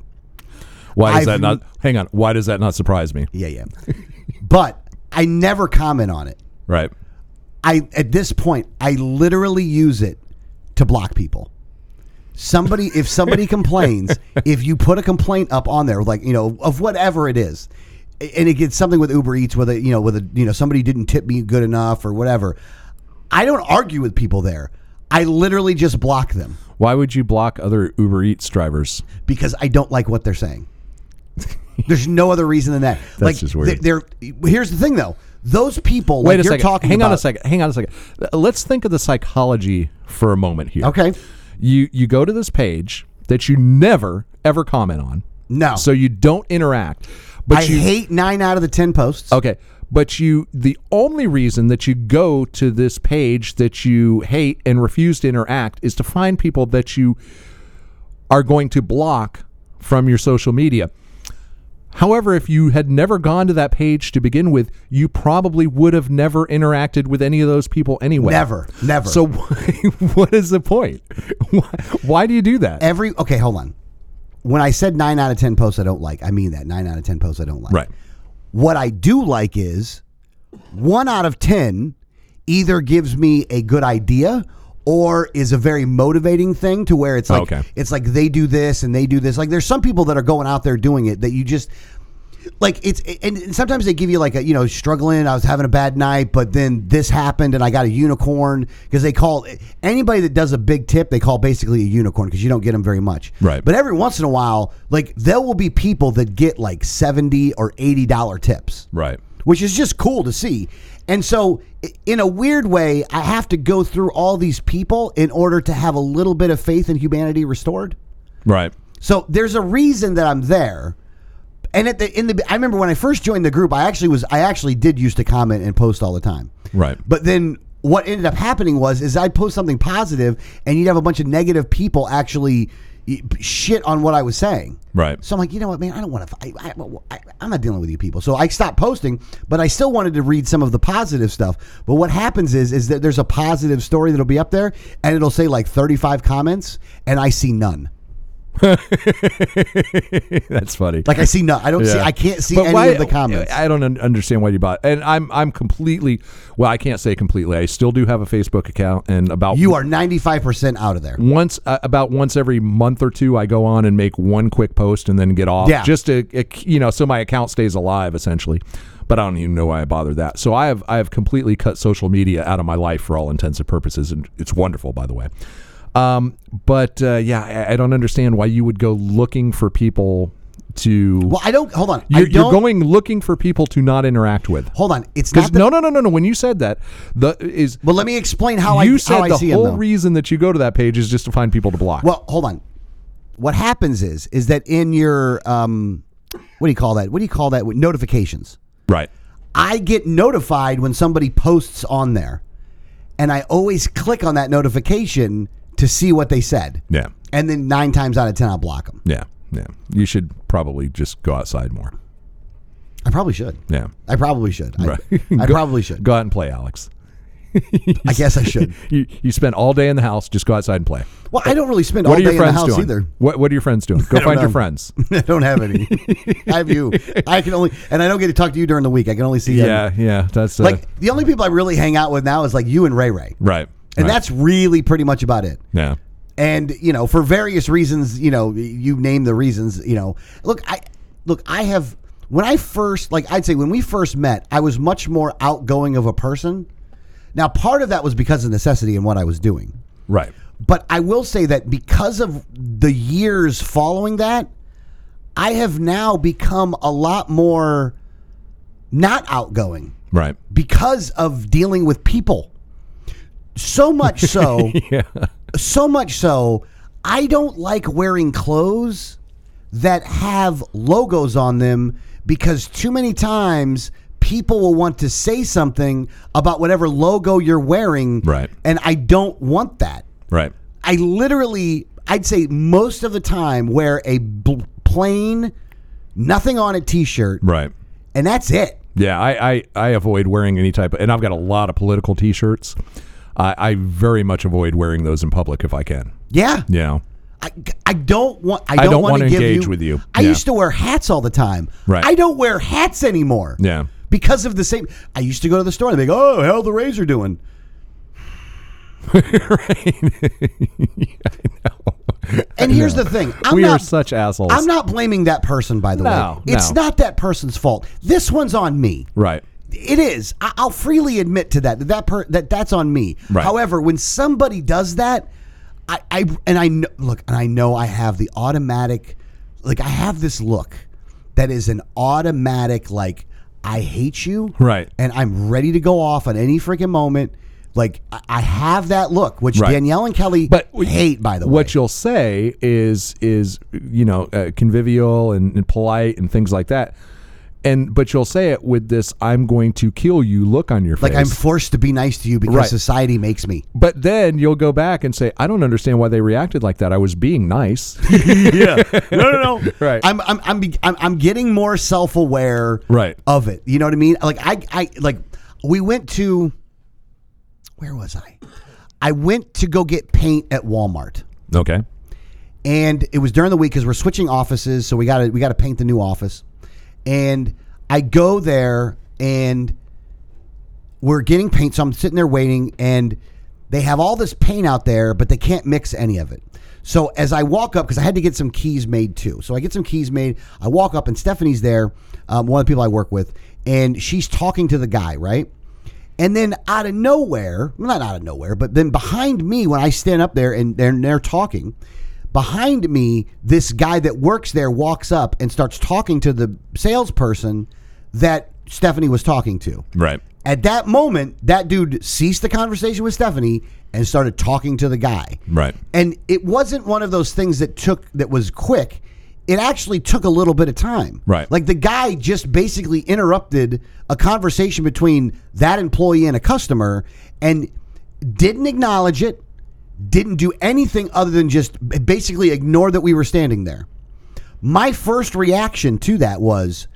why does
I've-
that not, hang on, why does that not surprise me?
Yeah, yeah. but I never comment on it.
Right.
I at this point, I literally use it to block people. Somebody, if somebody complains, if you put a complaint up on there, like you know, of whatever it is, and it gets something with Uber Eats, whether you know, whether you know somebody didn't tip me good enough or whatever, I don't argue with people there. I literally just block them
Why would you block other Uber Eats drivers?
because I don't like what they're saying. There's no other reason than that. like,
just weird.
They're, they're- here's the thing though. Those people,
Wait
like
a
you're
second.
talking
Hang on a
about-
second. Hang on a second. Uh, Let's think of the psychology for a moment here.
Okay.
You you go to this page that you never ever comment on.
No.
So you don't interact. But
I
you Oh,
hate nine out of the ten posts.
Okay. But you the only reason that you go to this page that you hate and refuse to interact is to find people that you are going to block from your social media. However, if you had never gone to that page to begin with, you probably would have never interacted with any of those people anyway.
Never, never.
So why, what is the point? Why, why do you do that?
every okay, hold on. When I said nine out of ten posts I don't like, I mean that nine out of ten posts I don't like.
Right.
What I do like is one out of ten either gives me a good idea or is a very motivating thing to where it's like
Okay.
it's like they do this and they do this. Like there's some people that are going out there doing it that you just like it's and, and sometimes they give you like a you know struggling i was having a bad night but then this happened and i got a unicorn because they call anybody that does a big tip they call basically a unicorn because you don't get them very much
Right.
but every once in a while like there will be people that get like 70 or 80 dollar tips
Right.
which is just cool to see. And so, i- in a weird way, I have to go through all these people in order to have a little bit of faith in humanity restored.
Right.
So there's a reason that I'm there. And at the in the I remember when I first joined the group, I actually was I actually did used to comment and post all the time.
Right.
But then what ended up happening was is I'd post something positive and you'd have a bunch of negative people actually y- shit on what I was saying.
Right.
So I'm like, you know what, man, I don't want to. I, I, I, I'm not dealing with you people. So I stopped posting, but I still wanted to read some of the positive stuff. But what happens is, is that there's a positive story that'll be up there, and it'll say like 35 comments, and I see none.
That's funny.
Like I see none. I don't see.
Yeah.
I can't see
But
any
why-
of the comments.
I don't un- understand why you bought. And I'm I'm completely well. I can't say completely. I still do have a Facebook account, and about
you are 95 percent out of there.
once uh, about once every month or two, I go on and make one quick post and then get off.
Yeah.
Just to uh, you know, so my account stays alive essentially. But I don't even know why I bothered that. So I have I have completely cut social media out of my life for all intents and purposes, and it's wonderful by the way. Um, but uh, yeah, I, I don't understand why you would go looking for people to.
Well, I don't. Hold on. I
You're,
don't,
you're going looking for people to not interact with.
Hold on. It's
Because
not. The,
no, no, no, no, no. When you said that, the is
But let me explain how
you
I
said
how I
the
see him,
whole
though.
reason that you go to that page is just to find people to block.
Well, hold on. What happens is, is that in your um, what do you call that? What do you call that? Notifications.
right.
I get notified when somebody posts on there, and I always click on that notification to see what they said.
Yeah.
And then nine times out of ten, I block them.
Yeah. Yeah. You should probably just go outside more.
I probably should.
Yeah.
I probably should. I,
Right.
I
Go-
probably should.
Go out and play, Alex.
I guess I should.
You you spend all day in the house, just go outside and play.
Well, I don't really spend all
What are your
day in the
friends
house
doing?
either.
What what are your friends doing? Go find your
know.
friends.
I don't have any. I have you. I can only, and I don't get to talk to you during the week. I can only see.
Yeah, yeah. That's uh,
Like the only people I really hang out with now is like you and Ray Ray,
right.
and
right.
that's really pretty much about it.
yeah.
and you know for various reasons you know you name the reasons you know look i look i have when i first like i'd say when we first met i was much more outgoing of a person now part of that was because of necessity and what i was doing
Right.
but i will say that because of the years following that i have now become a lot more not outgoing
Right.
because of dealing with people so much so
Yeah.
so much so, I don't like wearing clothes that have logos on them because too many times people will want to say something about whatever logo you're wearing.
Right.
And I don't want that.
Right.
I literally, I'd say most of the time, wear a bl- plain, nothing on it t shirt,
Right.
and that's it.
Yeah, I, I, I avoid wearing any type of, and I've got a lot of political t shirts. I, I very much avoid wearing those in public if I can.
Yeah.
Yeah.
I, I don't want I
I
don't,
don't
want to
wanna
give
engage
you,
with you.
I
Yeah.
used to wear hats all the time.
Right.
I don't wear hats anymore.
Yeah.
Because of the same I used to go to the store and be like, "Oh, how the razor doing?" And here's the thing. I'm
we
not,
are such assholes.
I'm not blaming that person by the
No,
way. It's
no.
not that person's fault. This one's on me.
Right.
It is. I- I'll freely admit to that. That that, per- that that's on me.
Right.
However, when somebody does that, I, I and I know, look and I know I have the automatic, like I have this look that is an automatic like I hate you.
Right.
And I'm ready to go off at any freaking moment. Like I- I have that look, which
Right.
Danielle and Kelly
But
hate. By the way,
what you'll say is is you know uh, convivial and, and polite and things like that, and but you'll say it with this "I'm going to kill you" look on your face.
like I'm forced to be nice to you because
Right.
society makes me.
but then you'll go back and say, "I don't understand why they reacted like that. I was being nice."
yeah. No, no, no.
Right.
I'm, I'm, I'm, be- I'm, I'm getting more self aware.
Right.
Of it. You know what I mean? Like I, I, like we went to, where was I? I went to go get paint at Walmart,
okay.
and it was during the week because we're switching offices, so we got to we got to paint the new office. And I go there, and we're getting paint, so I'm sitting there waiting, and they have all this paint out there, but they can't mix any of it. So as I walk up, because I had to get some keys made too, so I get some keys made. I walk up, and Stephanie's there, um, one of the people I work with, and she's talking to the guy, right? And then out of nowhere, well, not out of nowhere, but then behind me, when I stand up there and they're, they're talking, behind me, this guy that works there walks up and starts talking to the salesperson that Stephanie was talking to.
Right.
At that moment, that dude ceased the conversation with Stephanie and started talking to the guy.
Right.
And it wasn't one of those things that took that was quick. It actually took a little bit of time.
Right.
Like the guy just basically interrupted a conversation between that employee and a customer and didn't acknowledge it, didn't do anything other than just b- basically ignore that we were standing there. My first reaction to that was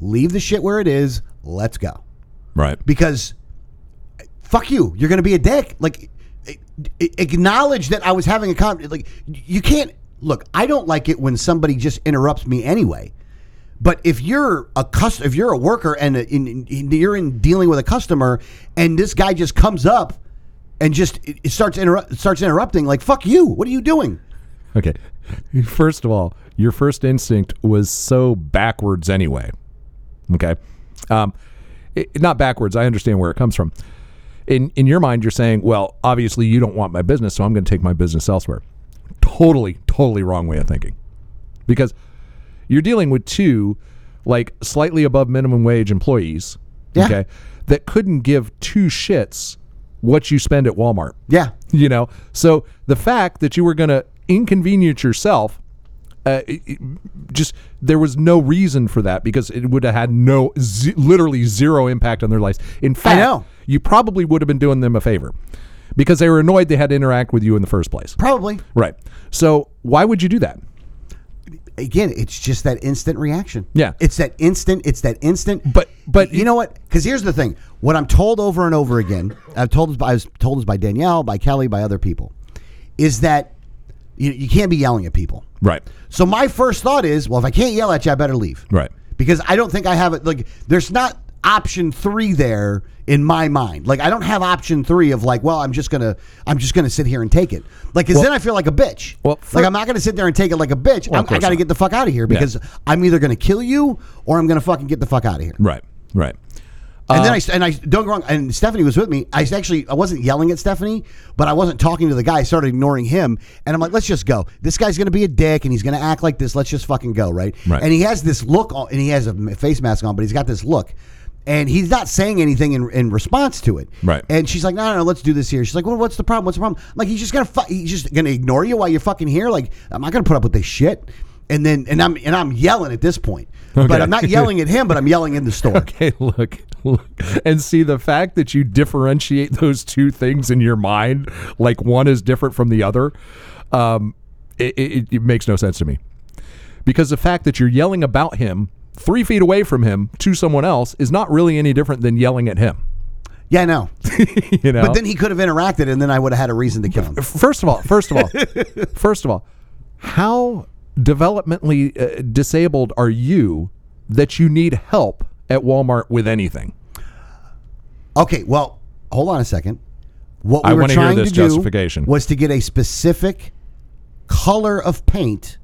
leave the shit where it is, let's go
Right.
because fuck you you're gonna be a dick like a- a- acknowledge that i was having a con like you can't look i don't like it when somebody just interrupts me anyway but if you're a cust- if you're a worker and, a, in, in- you're in dealing with a customer and this guy just comes up and just it it starts interrupt starts interrupting like fuck you what are you doing
Okay. First of all, your first instinct was so backwards anyway. Okay. Um, it, not backwards. I understand where it comes from. In in your mind, you're saying, well, obviously you don't want my business, so I'm going to take my business elsewhere. Totally, totally wrong way of thinking, because you're dealing with two like slightly above minimum wage employees.
Yeah.
Okay. That couldn't give two shits what you spend at Walmart
yeah
you know so the fact that you were going to inconvenience yourself uh, it- it- just there was no reason for that because it would have had no z- literally zero impact on their lives in fact
know.
you probably would have been doing them a favor because they were annoyed they had to interact with you in the first place
probably
right so why would you do that
again, it's just that instant reaction.
Yeah.
it's that instant. It's that instant.
But- but-
you know what? Because here's the thing: what I'm told over and over again, I've told this by, I was told this by Danielle, by Kelly, by other people, is that you, you can't be yelling at people.
right
So my first thought is, well, if I can't yell at you, I better leave.
Right.
Because I don't think I have it. Like, there's not option three there in my mind. Like, I don't have option three of like, well, I'm just gonna, I'm just gonna sit here and take it. Like, because then I feel like a bitch.
well,
like
fir-
I'm not gonna sit there and take it like a bitch.
Well,
I'm-
of
I
course
got to
not.
get the fuck out of here because I'm either gonna kill you or I'm gonna fucking get the fuck out of here.
right right
And
Uh,
then I and I don't go wrong. And Stephanie was with me. I actually I wasn't yelling at Stephanie, but I wasn't talking to the guy. I started ignoring him, and I'm like, let's just go. This guy's gonna be a dick, and he's gonna act like this. Let's just fucking go, right?
Right.
And he has this look, on, and he has a m- face mask on, but he's got this look, and he's not saying anything in, in response to it.
Right.
And she's like, no, no, no, let's do this here. She's like, well, what's the problem? What's the problem? I'm like, he's just gonna fu- he's just gonna ignore you while you're fucking here. Like, I'm not gonna put up with this shit. And then and I'm and I'm yelling at this point, but
Okay.
I'm not yelling at him, but I'm yelling in the store.
okay look look and see the fact that you differentiate those two things in your mind like one is different from the other um it, it, it makes no sense to me because the fact that you're yelling about him three feet away from him to someone else is not really any different than yelling at him
Yeah, I know.
you know
But then he could have interacted, and then I would have had a reason to kill him.
first of all, first of all, first of all, how developmentally uh, disabled are you that you need help at Walmart with anything?
Okay, well, hold on a second. What we
I
were
wanna hear
trying
this
to do
justification.
was to get a specific color of paint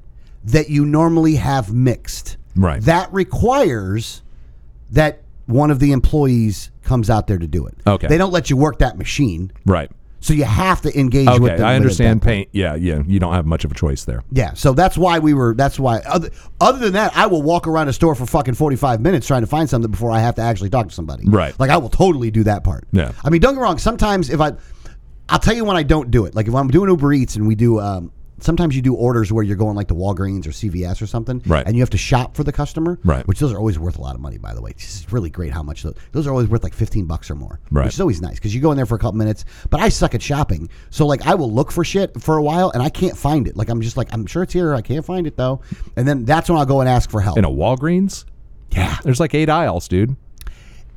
that you normally have mixed.
Right.
That requires that one of the employees comes out there to do it.
Okay.
They don't let you work that machine,
Right.
so you have to engage with them.
Okay,
with it
I
at
understand
that point.
paint. Yeah, yeah. You don't have much of a choice there.
Yeah, so that's why we were. That's why. Other, other than that, I will walk around a store for fucking forty five minutes trying to find something before I have to actually talk to somebody.
Right.
Like I will totally do that part.
Yeah.
I mean, don't get me wrong. Sometimes if I, I'll tell you when I don't do it. Like if I'm doing Uber Eats and we do, um, sometimes you do orders where you're going like to Walgreens or CVS or something.
Right.
And you have to shop for the customer.
Right.
Which those are always worth a lot of money, by the way. It's just really great how much those, those are always worth like fifteen bucks or more.
Right.
Which is always nice because you go in there for a couple minutes. But I suck at shopping, so like I will look for shit for a while and I can't find it. Like I'm just like I'm sure it's here, I can't find it though. And then that's when I'll go and ask for help.
In a Walgreens,
yeah,
there's like eight aisles, dude.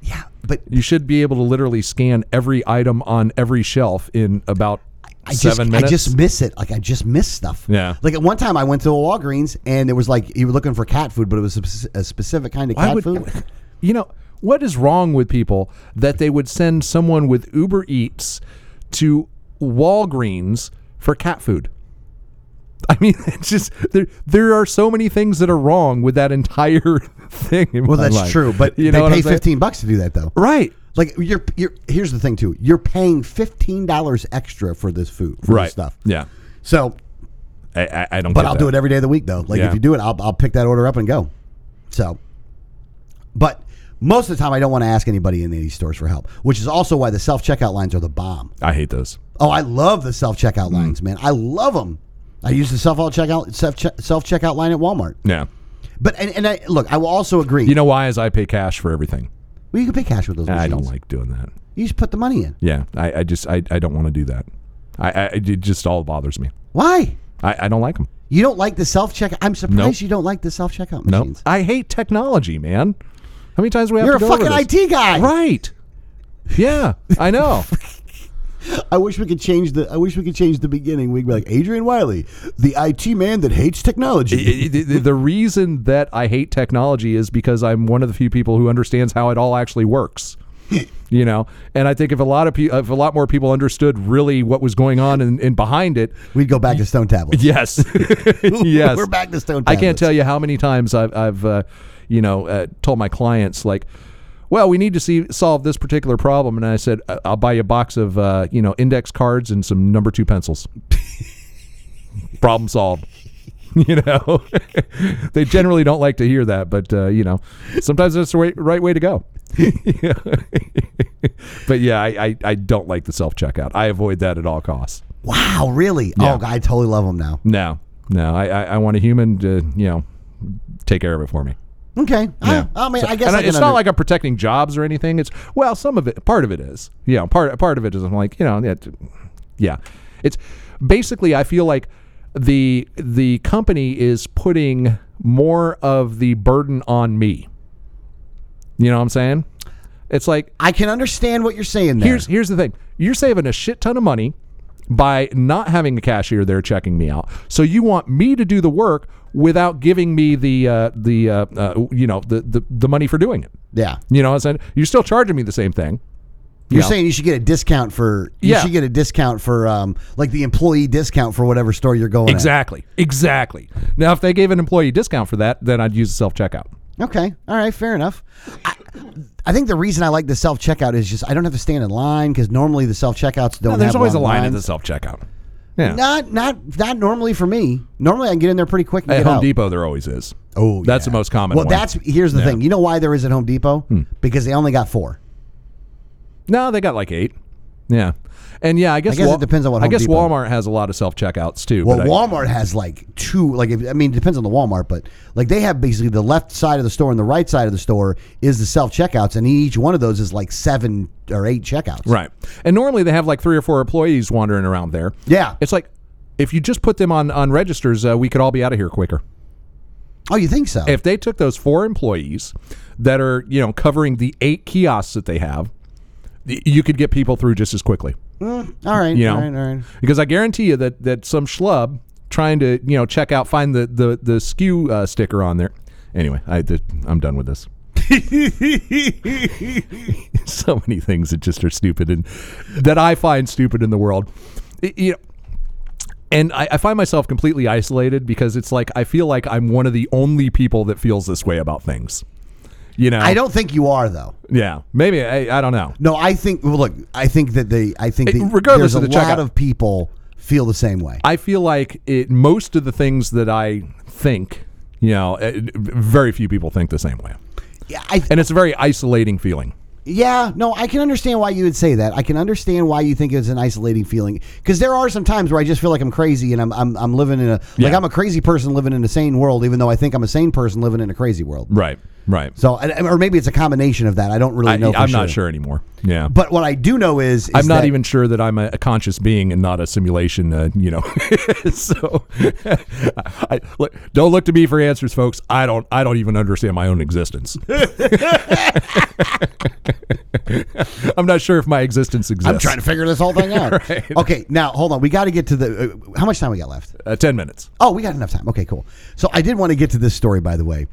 yeah. But
You should be able to literally scan every item on every shelf in about
I just,
seven minutes.
I just miss it. Like I just miss stuff.
Yeah.
Like at one time, I went to a Walgreens and it was like you were looking for cat food, but it was a, spec- a specific kind of
Why
cat
would-
food.
You know what is wrong with people that they would send someone with Uber Eats to Walgreens for cat food? I mean, it's just there. There are so many things that are wrong with that entire thing. in
Well,
my
that's
life.
true, but
you know what
they pay
I'm saying?
fifteen bucks to do that though.
Right.
Like you're, you're here's the thing too. You're paying fifteen dollars extra for this food, for
Right.
this stuff.
Yeah.
So,
I, I, I don't.
but
get
I'll
that.
do it every day of the week though. Like
Yeah.
if you do it, I'll I'll pick that order up and go. So, but Most of the time, I don't want to ask anybody in these stores for help, which is also why the self checkout lines are the bomb.
I hate those.
Oh, I love the self checkout
Mm.
lines, man. I love them. I use the self checkout self checkout line at Walmart.
Yeah.
But and, and I look, I will also agree.
You know why? Is I pay cash for everything.
well, you can pay cash with those. Machines.
I don't like doing that.
You just put the money in.
Yeah, I, I just I, I don't want to do that. I, I it just all bothers me.
Why?
I, I don't like them.
You don't like the self checkout? I'm surprised
Nope.
you don't like the self checkout
No,
machines.
I hate technology, man. How many times do we have
You're a
to go over
fucking
this?
IT guy.
right? Yeah, I know.
I wish we could change the. I wish we could change the beginning. We'd be like Adrian Wiley, the IT man that hates technology.
I- I- the, the reason that I hate technology is because I'm one of the few people who understands how it all actually works. You know, and I think if a lot of people, if a lot more people understood really what was going on and, and behind it,
We'd go back to stone tablets.
yes, yes,
We're back to stone
I can't
tablets.
tell you how many times I've, I've uh, you know, uh, told my clients like, well, we need to see solve this particular problem, and I said, "I- I'll buy you a box of uh, you know index cards and some number two pencils. problem solved. You know, they generally don't like to hear that, but uh, you know, sometimes that's the way, right way to go. Yeah. but yeah, I, I, I don't like the self checkout. I avoid that at all costs.
Wow, really?
Yeah.
Oh, God, I totally love them now.
No, no, I, I, I want a human to you know take care of it for me.
Okay.
Yeah.
I, I mean,
So-
I guess
and
I
I-
can
it's
under-
not like I'm protecting jobs or anything. It's well, some of it, part of it is, you know, part part of it is I'm like, you know, it, yeah, it's basically I feel like the the company is putting more of the burden on me. You know what I'm saying? It's like
I can understand what you're saying there.
here's here's the thing: you're saving a shit ton of money by not having a cashier there checking me out. So you want me to do the work without giving me the uh, the uh, uh, you know the, the the money for doing it.
yeah.
You know what I'm saying? You're still charging me the same thing.
You're
Yeah.
saying you should get a discount for you
Yeah.
should get a discount for um like the employee discount for whatever store you're going. at.
Exactly. Exactly. Now, if they gave an employee discount for that, then I'd use the self checkout.
Okay. All right. Fair enough. I, I think the reason I like the self checkout is just I don't have to stand in line because normally the self checkouts don't.
There's
have
always a
long
line at
lines.
the self checkout. Yeah.
Not not not normally for me. Normally I can get in there pretty quick and
At
get
Home
out.
Depot, there always is.
Oh,
that's
yeah.
the most common.
Well,
one. Hmm.
that's here's the thing. You know why there is at Home Depot? Because they only got four.
no, they got like eight. Yeah, and yeah, I guess,
guess it depends on what
I
Home
guess
Depot-
Walmart has a lot of self checkouts too.
Well,
but I-
Walmart has like two. Like, if, I mean, it depends on the Walmart, but like they have basically the left side of the store and the right side of the store is the self checkouts, and each one of those is like seven or eight checkouts.
right? And normally they have like three or four employees wandering around there.
Yeah.
It's like if you just put them on on registers, uh, we could all be out of here quicker.
Oh, you think so?
if they took those four employees that are you know covering the eight kiosks that they have y- you could get people through just as quickly
all right.
you know
All right. All right.
because i guarantee you that that some schlub trying to you know check out find the the, the skew uh, sticker on there anyway i did, i'm done with this so many things that just are stupid and that i find stupid in the world Y- you know and I, I find myself completely isolated because it's like I feel like I'm one of the only people that feels this way about things. You know,
I don't think you are though.
Yeah, maybe I, I don't know.
No, I think. Well, look, I think that they. I think
It-
that
regardless
there's
of
a
the
lot
checkout.
of people feel the same way.
I feel like it. Most of the things that I think, you know, eh, very few people think the same way,
Yeah, I,
and it's a very isolating feeling.
yeah, no, I can understand why you would say that. I can understand why you think it's an isolating feeling because there are some times where I just feel like I'm crazy and I'm I'm, I'm living in a like
Yeah.
I'm a crazy person living in a sane world, even though I think I'm a sane person living in a crazy world.
Right. Right.
So, and- or maybe it's a combination of that. I don't really
I,
know.
am
for
not sure anymore. Yeah.
but what I do know is, is
I'm not
that-
even sure that I'm a, a conscious being and not a simulation. Uh, you know, so I, look, don't look to me for answers, folks. I don't. I don't even understand my own existence. I'm not sure if my existence exists.
I'm trying to figure this whole thing out. Okay, now hold on. We got to get to the. Uh, how much time we got left?
uh, Ten minutes.
Oh, we got enough time. Okay, cool. So I did want to get to this story, by the way.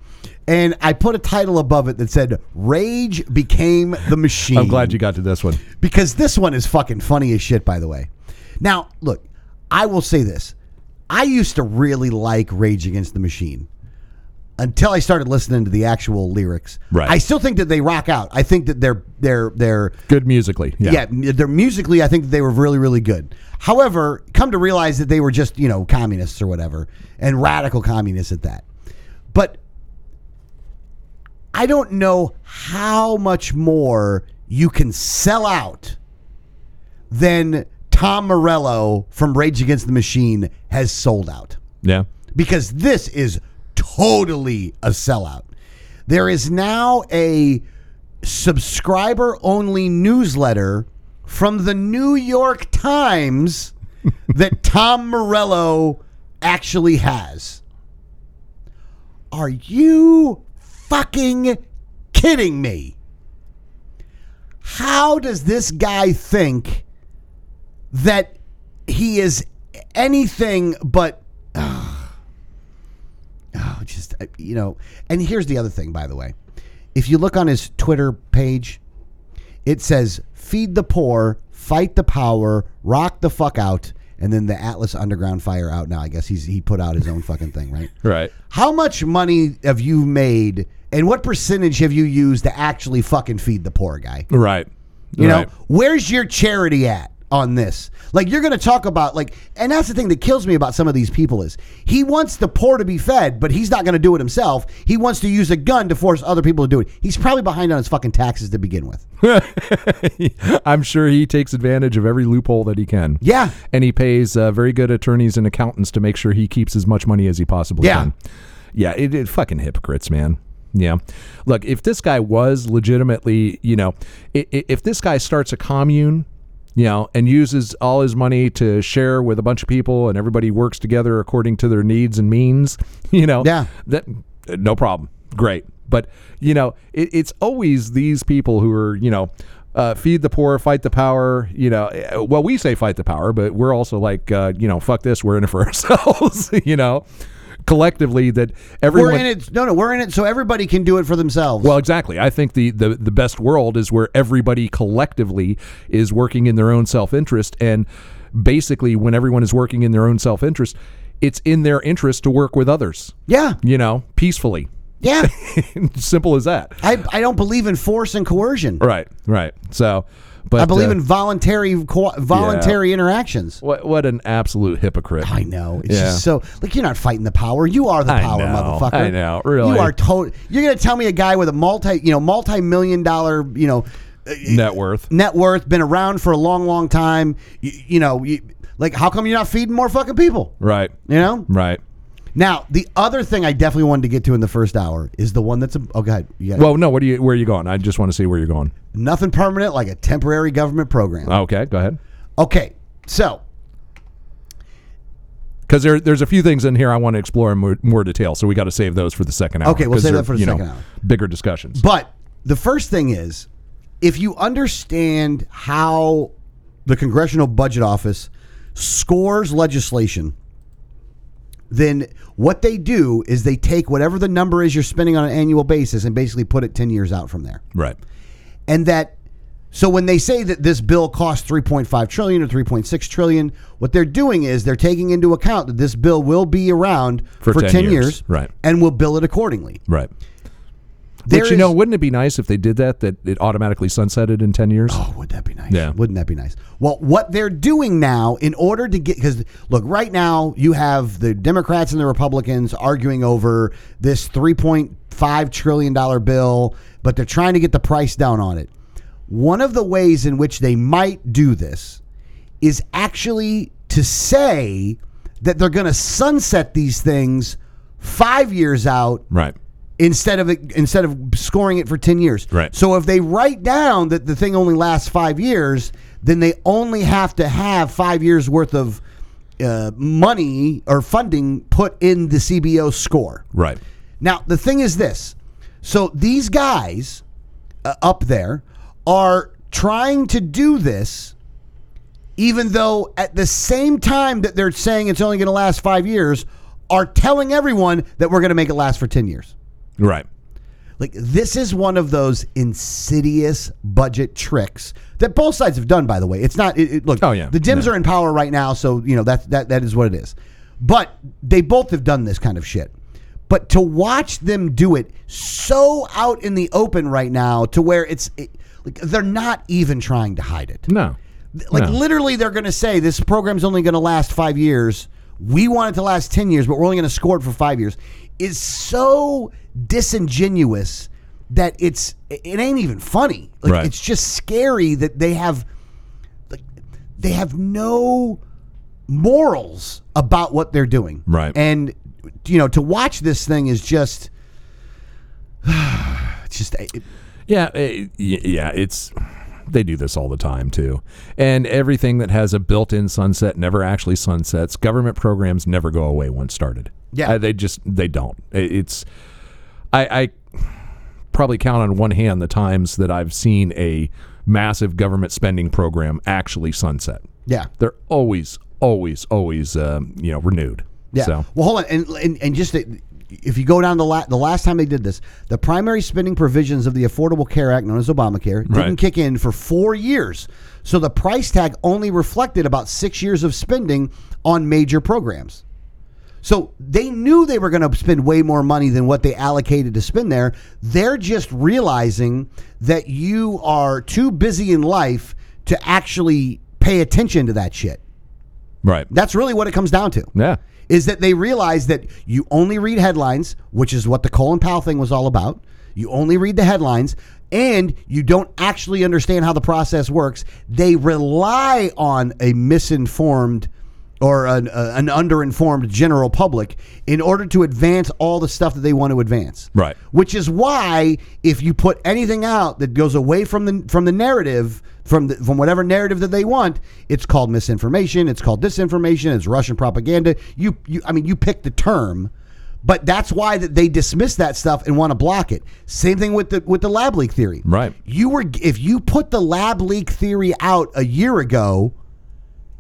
And I put a title above it that said Rage Became the Machine.
I'm glad you got to this one.
Because this one is fucking funny as shit, by the way. Now, look, I will say this. I used to really like Rage Against the Machine until I started listening to the actual lyrics.
Right.
I still think that they rock out. I think that they're they're they're
Good musically. Yeah.
yeah, m- they're musically, I think they were really, really good. However, come to realize that they were just, you know, communists or whatever, and radical communists at that. But I don't know how much more you can sell out than Tom Morello from Rage Against the Machine has sold out
Yeah.
because this is totally a sellout. There is now a subscriber only newsletter from the New York Times that Tom Morello actually has. Are you fucking kidding me? How does this guy think that he is anything but Oh, just uh, you know. And here's the other thing, by the way. If you look on his Twitter page, it says "Feed the poor, fight the power, rock the fuck out," and then the Atlas Underground fire out. Now, I guess he's he put out his own fucking thing, right?
Right.
How much money have you made, and what percentage have you used to actually fucking feed the poor guy?
Right.
You know,
right.
where's your charity at on this? Like you're going to talk about like and that's the thing that kills me about some of these people is he wants the poor to be fed, but he's not going to do it himself. He wants to use a gun to force other people to do it. He's probably behind on his fucking taxes to begin with.
I'm sure he takes advantage of every loophole that he can.
Yeah.
And he pays uh, very good attorneys and accountants to make sure he keeps as much money as he possibly
Yeah.
can. Yeah. It, it fucking hypocrites, man. Yeah. Look, if this guy was legitimately, you know, i- i- if this guy starts a commune, you know, and uses all his money to share with a bunch of people and everybody works together according to their needs and means, you know,
Yeah.
that no problem great but you know it, it's always these people who are you know uh, feed the poor fight the power you know eh, well we say fight the power but we're also like uh, you know fuck this we're in it for ourselves you know collectively that everyone
We're in it. No, no, we're in it so everybody can do it for themselves.
well, exactly. I think the, the, the best world is where everybody collectively is working in their own self interest. And basically, when everyone is working in their own self interest, it's in their interest to work with others,
yeah.
you know, peacefully.
Yeah.
Simple as that.
I I don't believe in force and coercion.
Right, right. So, but
I believe
uh,
in voluntary co- voluntary interactions.
what what an absolute hypocrite.
I know. It's
Yeah.
just so like you're not fighting the power. You are the
I
power,
know.
motherfucker.
I know, really.
You are total. You're gonna tell me a guy with a multi, you know, multi-million dollar, you know, uh,
Net worth.
net worth, been around for a long, long time. You, you know, you, like how come you're not feeding more fucking people?
Right,
You know.
right.
Now the other thing I definitely wanted to get to in the first hour is the one that's a, oh god, you got
Well, no. What do you? Where are you going? I just want to see where you're going.
nothing permanent like a temporary government program.
Okay, go ahead.
Okay, so
Because there, there's a few things in here I want to explore in more, more detail, so we got to save those for the second hour.
Okay, we'll
'cause
save
they're,
that for the
you know,
second hour.
Bigger discussions.
But the first thing is if you understand how the Congressional Budget Office scores legislation, then what they do is they take whatever the number is you're spending on an annual basis and basically put it 10 years out from there
right,
and that so when they say that this bill costs 3.5 trillion or 3.6 trillion what they're doing is they're taking into account that this bill will be around for, 10, years,
right.
and will bill it accordingly
right.
There
Which you know,
is-
wouldn't it be nice if they did that? That it automatically sunsetted in ten years.
Oh, would that be nice?
Yeah.
Wouldn't that be nice? Well, what they're doing now in order to get because look, right now you have the Democrats and the Republicans arguing over this three point five trillion dollar bill, but they're trying to get the price down on it. One of the ways in which they might do this is actually to say that they're gonna sunset these things five years out
Right,
instead of it, instead of scoring it for 10 years.
Right.
So if they write down that the thing only lasts 5 years, then they only have to have 5 years worth of uh, money or funding put in the CBO score.
right,
Now, the thing is this. So these guys uh, up there are trying to do this even though at the same time that they're saying it's only going to last 5 years are telling everyone that we're going to make it last for 10 years.
right.
Like this is one of those insidious budget tricks that both sides have done. By the way, it's not. It, it- look,
Oh, yeah.
the Dems
No.
are in power right now, so you know that that that is what it is. But they both have done this kind of shit. But to watch them do it so out in the open right now, to where it's it, like they're not even trying to hide it.
No,
Like
No.
literally, they're going to say this program's only going to last five years. We want it to last ten years, but we're only going to score it for five years. Is so disingenuous that it's it ain't even funny. Like
Right.
it's just scary that they have like they have no morals about what they're doing.
Right.
And you know, to watch this thing is just it's just it,
Yeah, eh, y yeah, it's they do this all the time too. And everything that has a built-in sunset never actually sunsets. Government programs never go away once started.
Yeah.
Uh, they just they don't. I- It's I, I probably count on one hand the times that I've seen a massive government spending program actually sunset.
yeah.
They're always, always, always, um, you know, renewed.
Yeah.
So
Well, hold on, and and, and just. to- if you go down the la- the last time they did this, the primary spending provisions of the Affordable Care Act, known as Obamacare, didn't
Right.
kick in for four years, so the price tag only reflected about six years of spending on major programs. So they knew they were going to spend way more money than what they allocated to spend there. They're just realizing that you are too busy in life to actually pay attention to that shit.
right.
That's really what it comes down to
Yeah.
is that they realize that you only read headlines, which is what the Colin Powell thing was all about. You only read the headlines and you don't actually understand how the process works. They rely on a misinformed or an, uh, an underinformed general public in order to advance all the stuff that they want to advance.
Right.
Which is why if you put anything out that goes away from the from the narrative from the, from whatever narrative that they want, it's called misinformation, it's called disinformation, it's Russian propaganda. You you I mean you pick the term, but that's why that they dismiss that stuff and want to block it. Same thing with the with the lab leak theory.
Right.
You were if you put the lab leak theory out a year ago,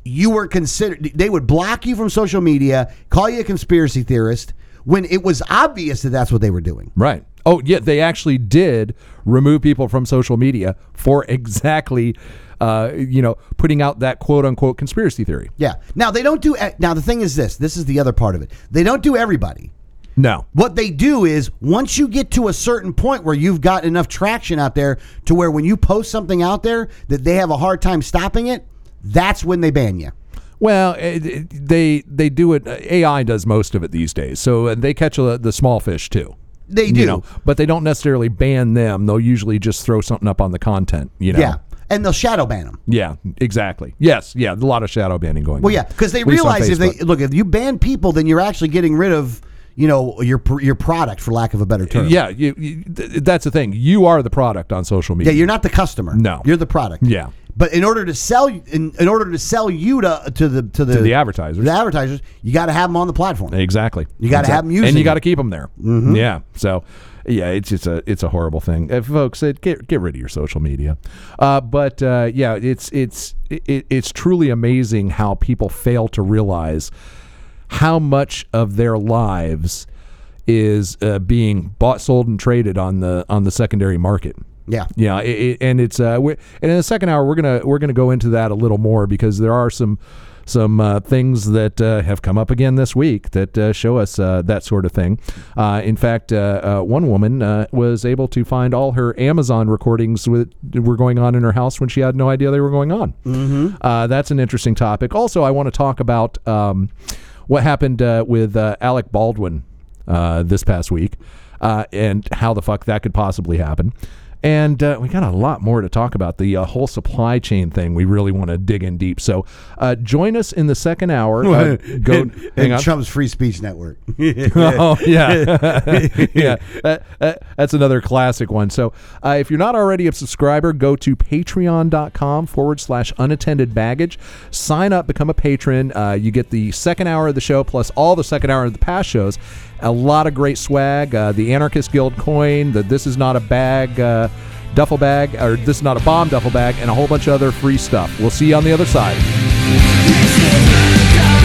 you were considered they would block you from social media call you a conspiracy theorist when it was obvious that that's what they were doing
Right. Oh, yeah. They actually did remove people from social media for exactly, uh, you know, putting out that quote unquote conspiracy theory.
yeah now they don't do e, now the thing is this this is the other part of it they don't do everybody
No.
what they do is once you get to a certain point where you've got enough traction out there to where when you post something out there that they have a hard time stopping it that's when they ban you
Well, it, it- they they do it. AI does most of it these days, so uh, they catch uh, the small fish too.
They
You
do.
know, but they don't necessarily ban them. They'll usually just throw something up on the content. You know.
yeah and they'll shadow ban them
Yeah, Exactly. Yes. Yeah. A lot of shadow banning going.
Well,
on.
yeah, because they
At least on
realize if they
Facebook.
look if you ban people, then you're actually getting rid of you know your pr- your product for lack of a better term.
Yeah, you, you, th- that's the thing. You are the product on social media.
yeah, you're not the customer.
No.
you're the product.
Yeah.
but in order to sell in, in order to sell you to to the to the,
the advertisers.
the advertisers, you got to have them on the platform.
Exactly.
You gotta
Exact-
have Mm-hmm. 'em using
and you
it.
got to keep them there. Yeah. So, yeah, it's it's a it's a horrible thing, Uh, folks. It, get get rid of your social media. Uh, but uh, yeah, it's it's it, it's truly amazing how people fail to realize how much of their lives is uh, being bought, sold, and traded on the on the secondary market.
Yeah,
Yeah, i i and it's uh, we and in the second hour we're gonna we're gonna go into that a little more because there are some some uh, things that uh, have come up again this week that uh, show us uh, that sort of thing. Uh, in fact, uh, uh, one woman uh, was able to find all her Amazon recordings with were going on in her house when she had no idea they were going on. Mm-hmm. Uh, that's an interesting topic. Also, I want to talk about um, what happened uh, with uh, Alec Baldwin uh, this past week, uh, and how the fuck that could possibly happen. And uh, we got a lot more to talk about the uh, whole supply chain thing. We really want to dig in deep. So uh, join us in the second hour. Uh, go
and,
hang
and
on.
Trump's free speech network.
oh yeah, yeah. That- that- that's another classic one. So uh, if you're not already a subscriber, go to patreon.com forward slash unattended baggage. Sign up, become a patron. Uh, you get the second hour of the show plus all the second hour of the past shows. A lot of great swag. Uh, the Anarchist Guild coin. The This is not a bag. Uh, Duffel bag, or this is not a bomb duffel bag, and a whole bunch of other free stuff. We'll see you on the other side.
This is my God.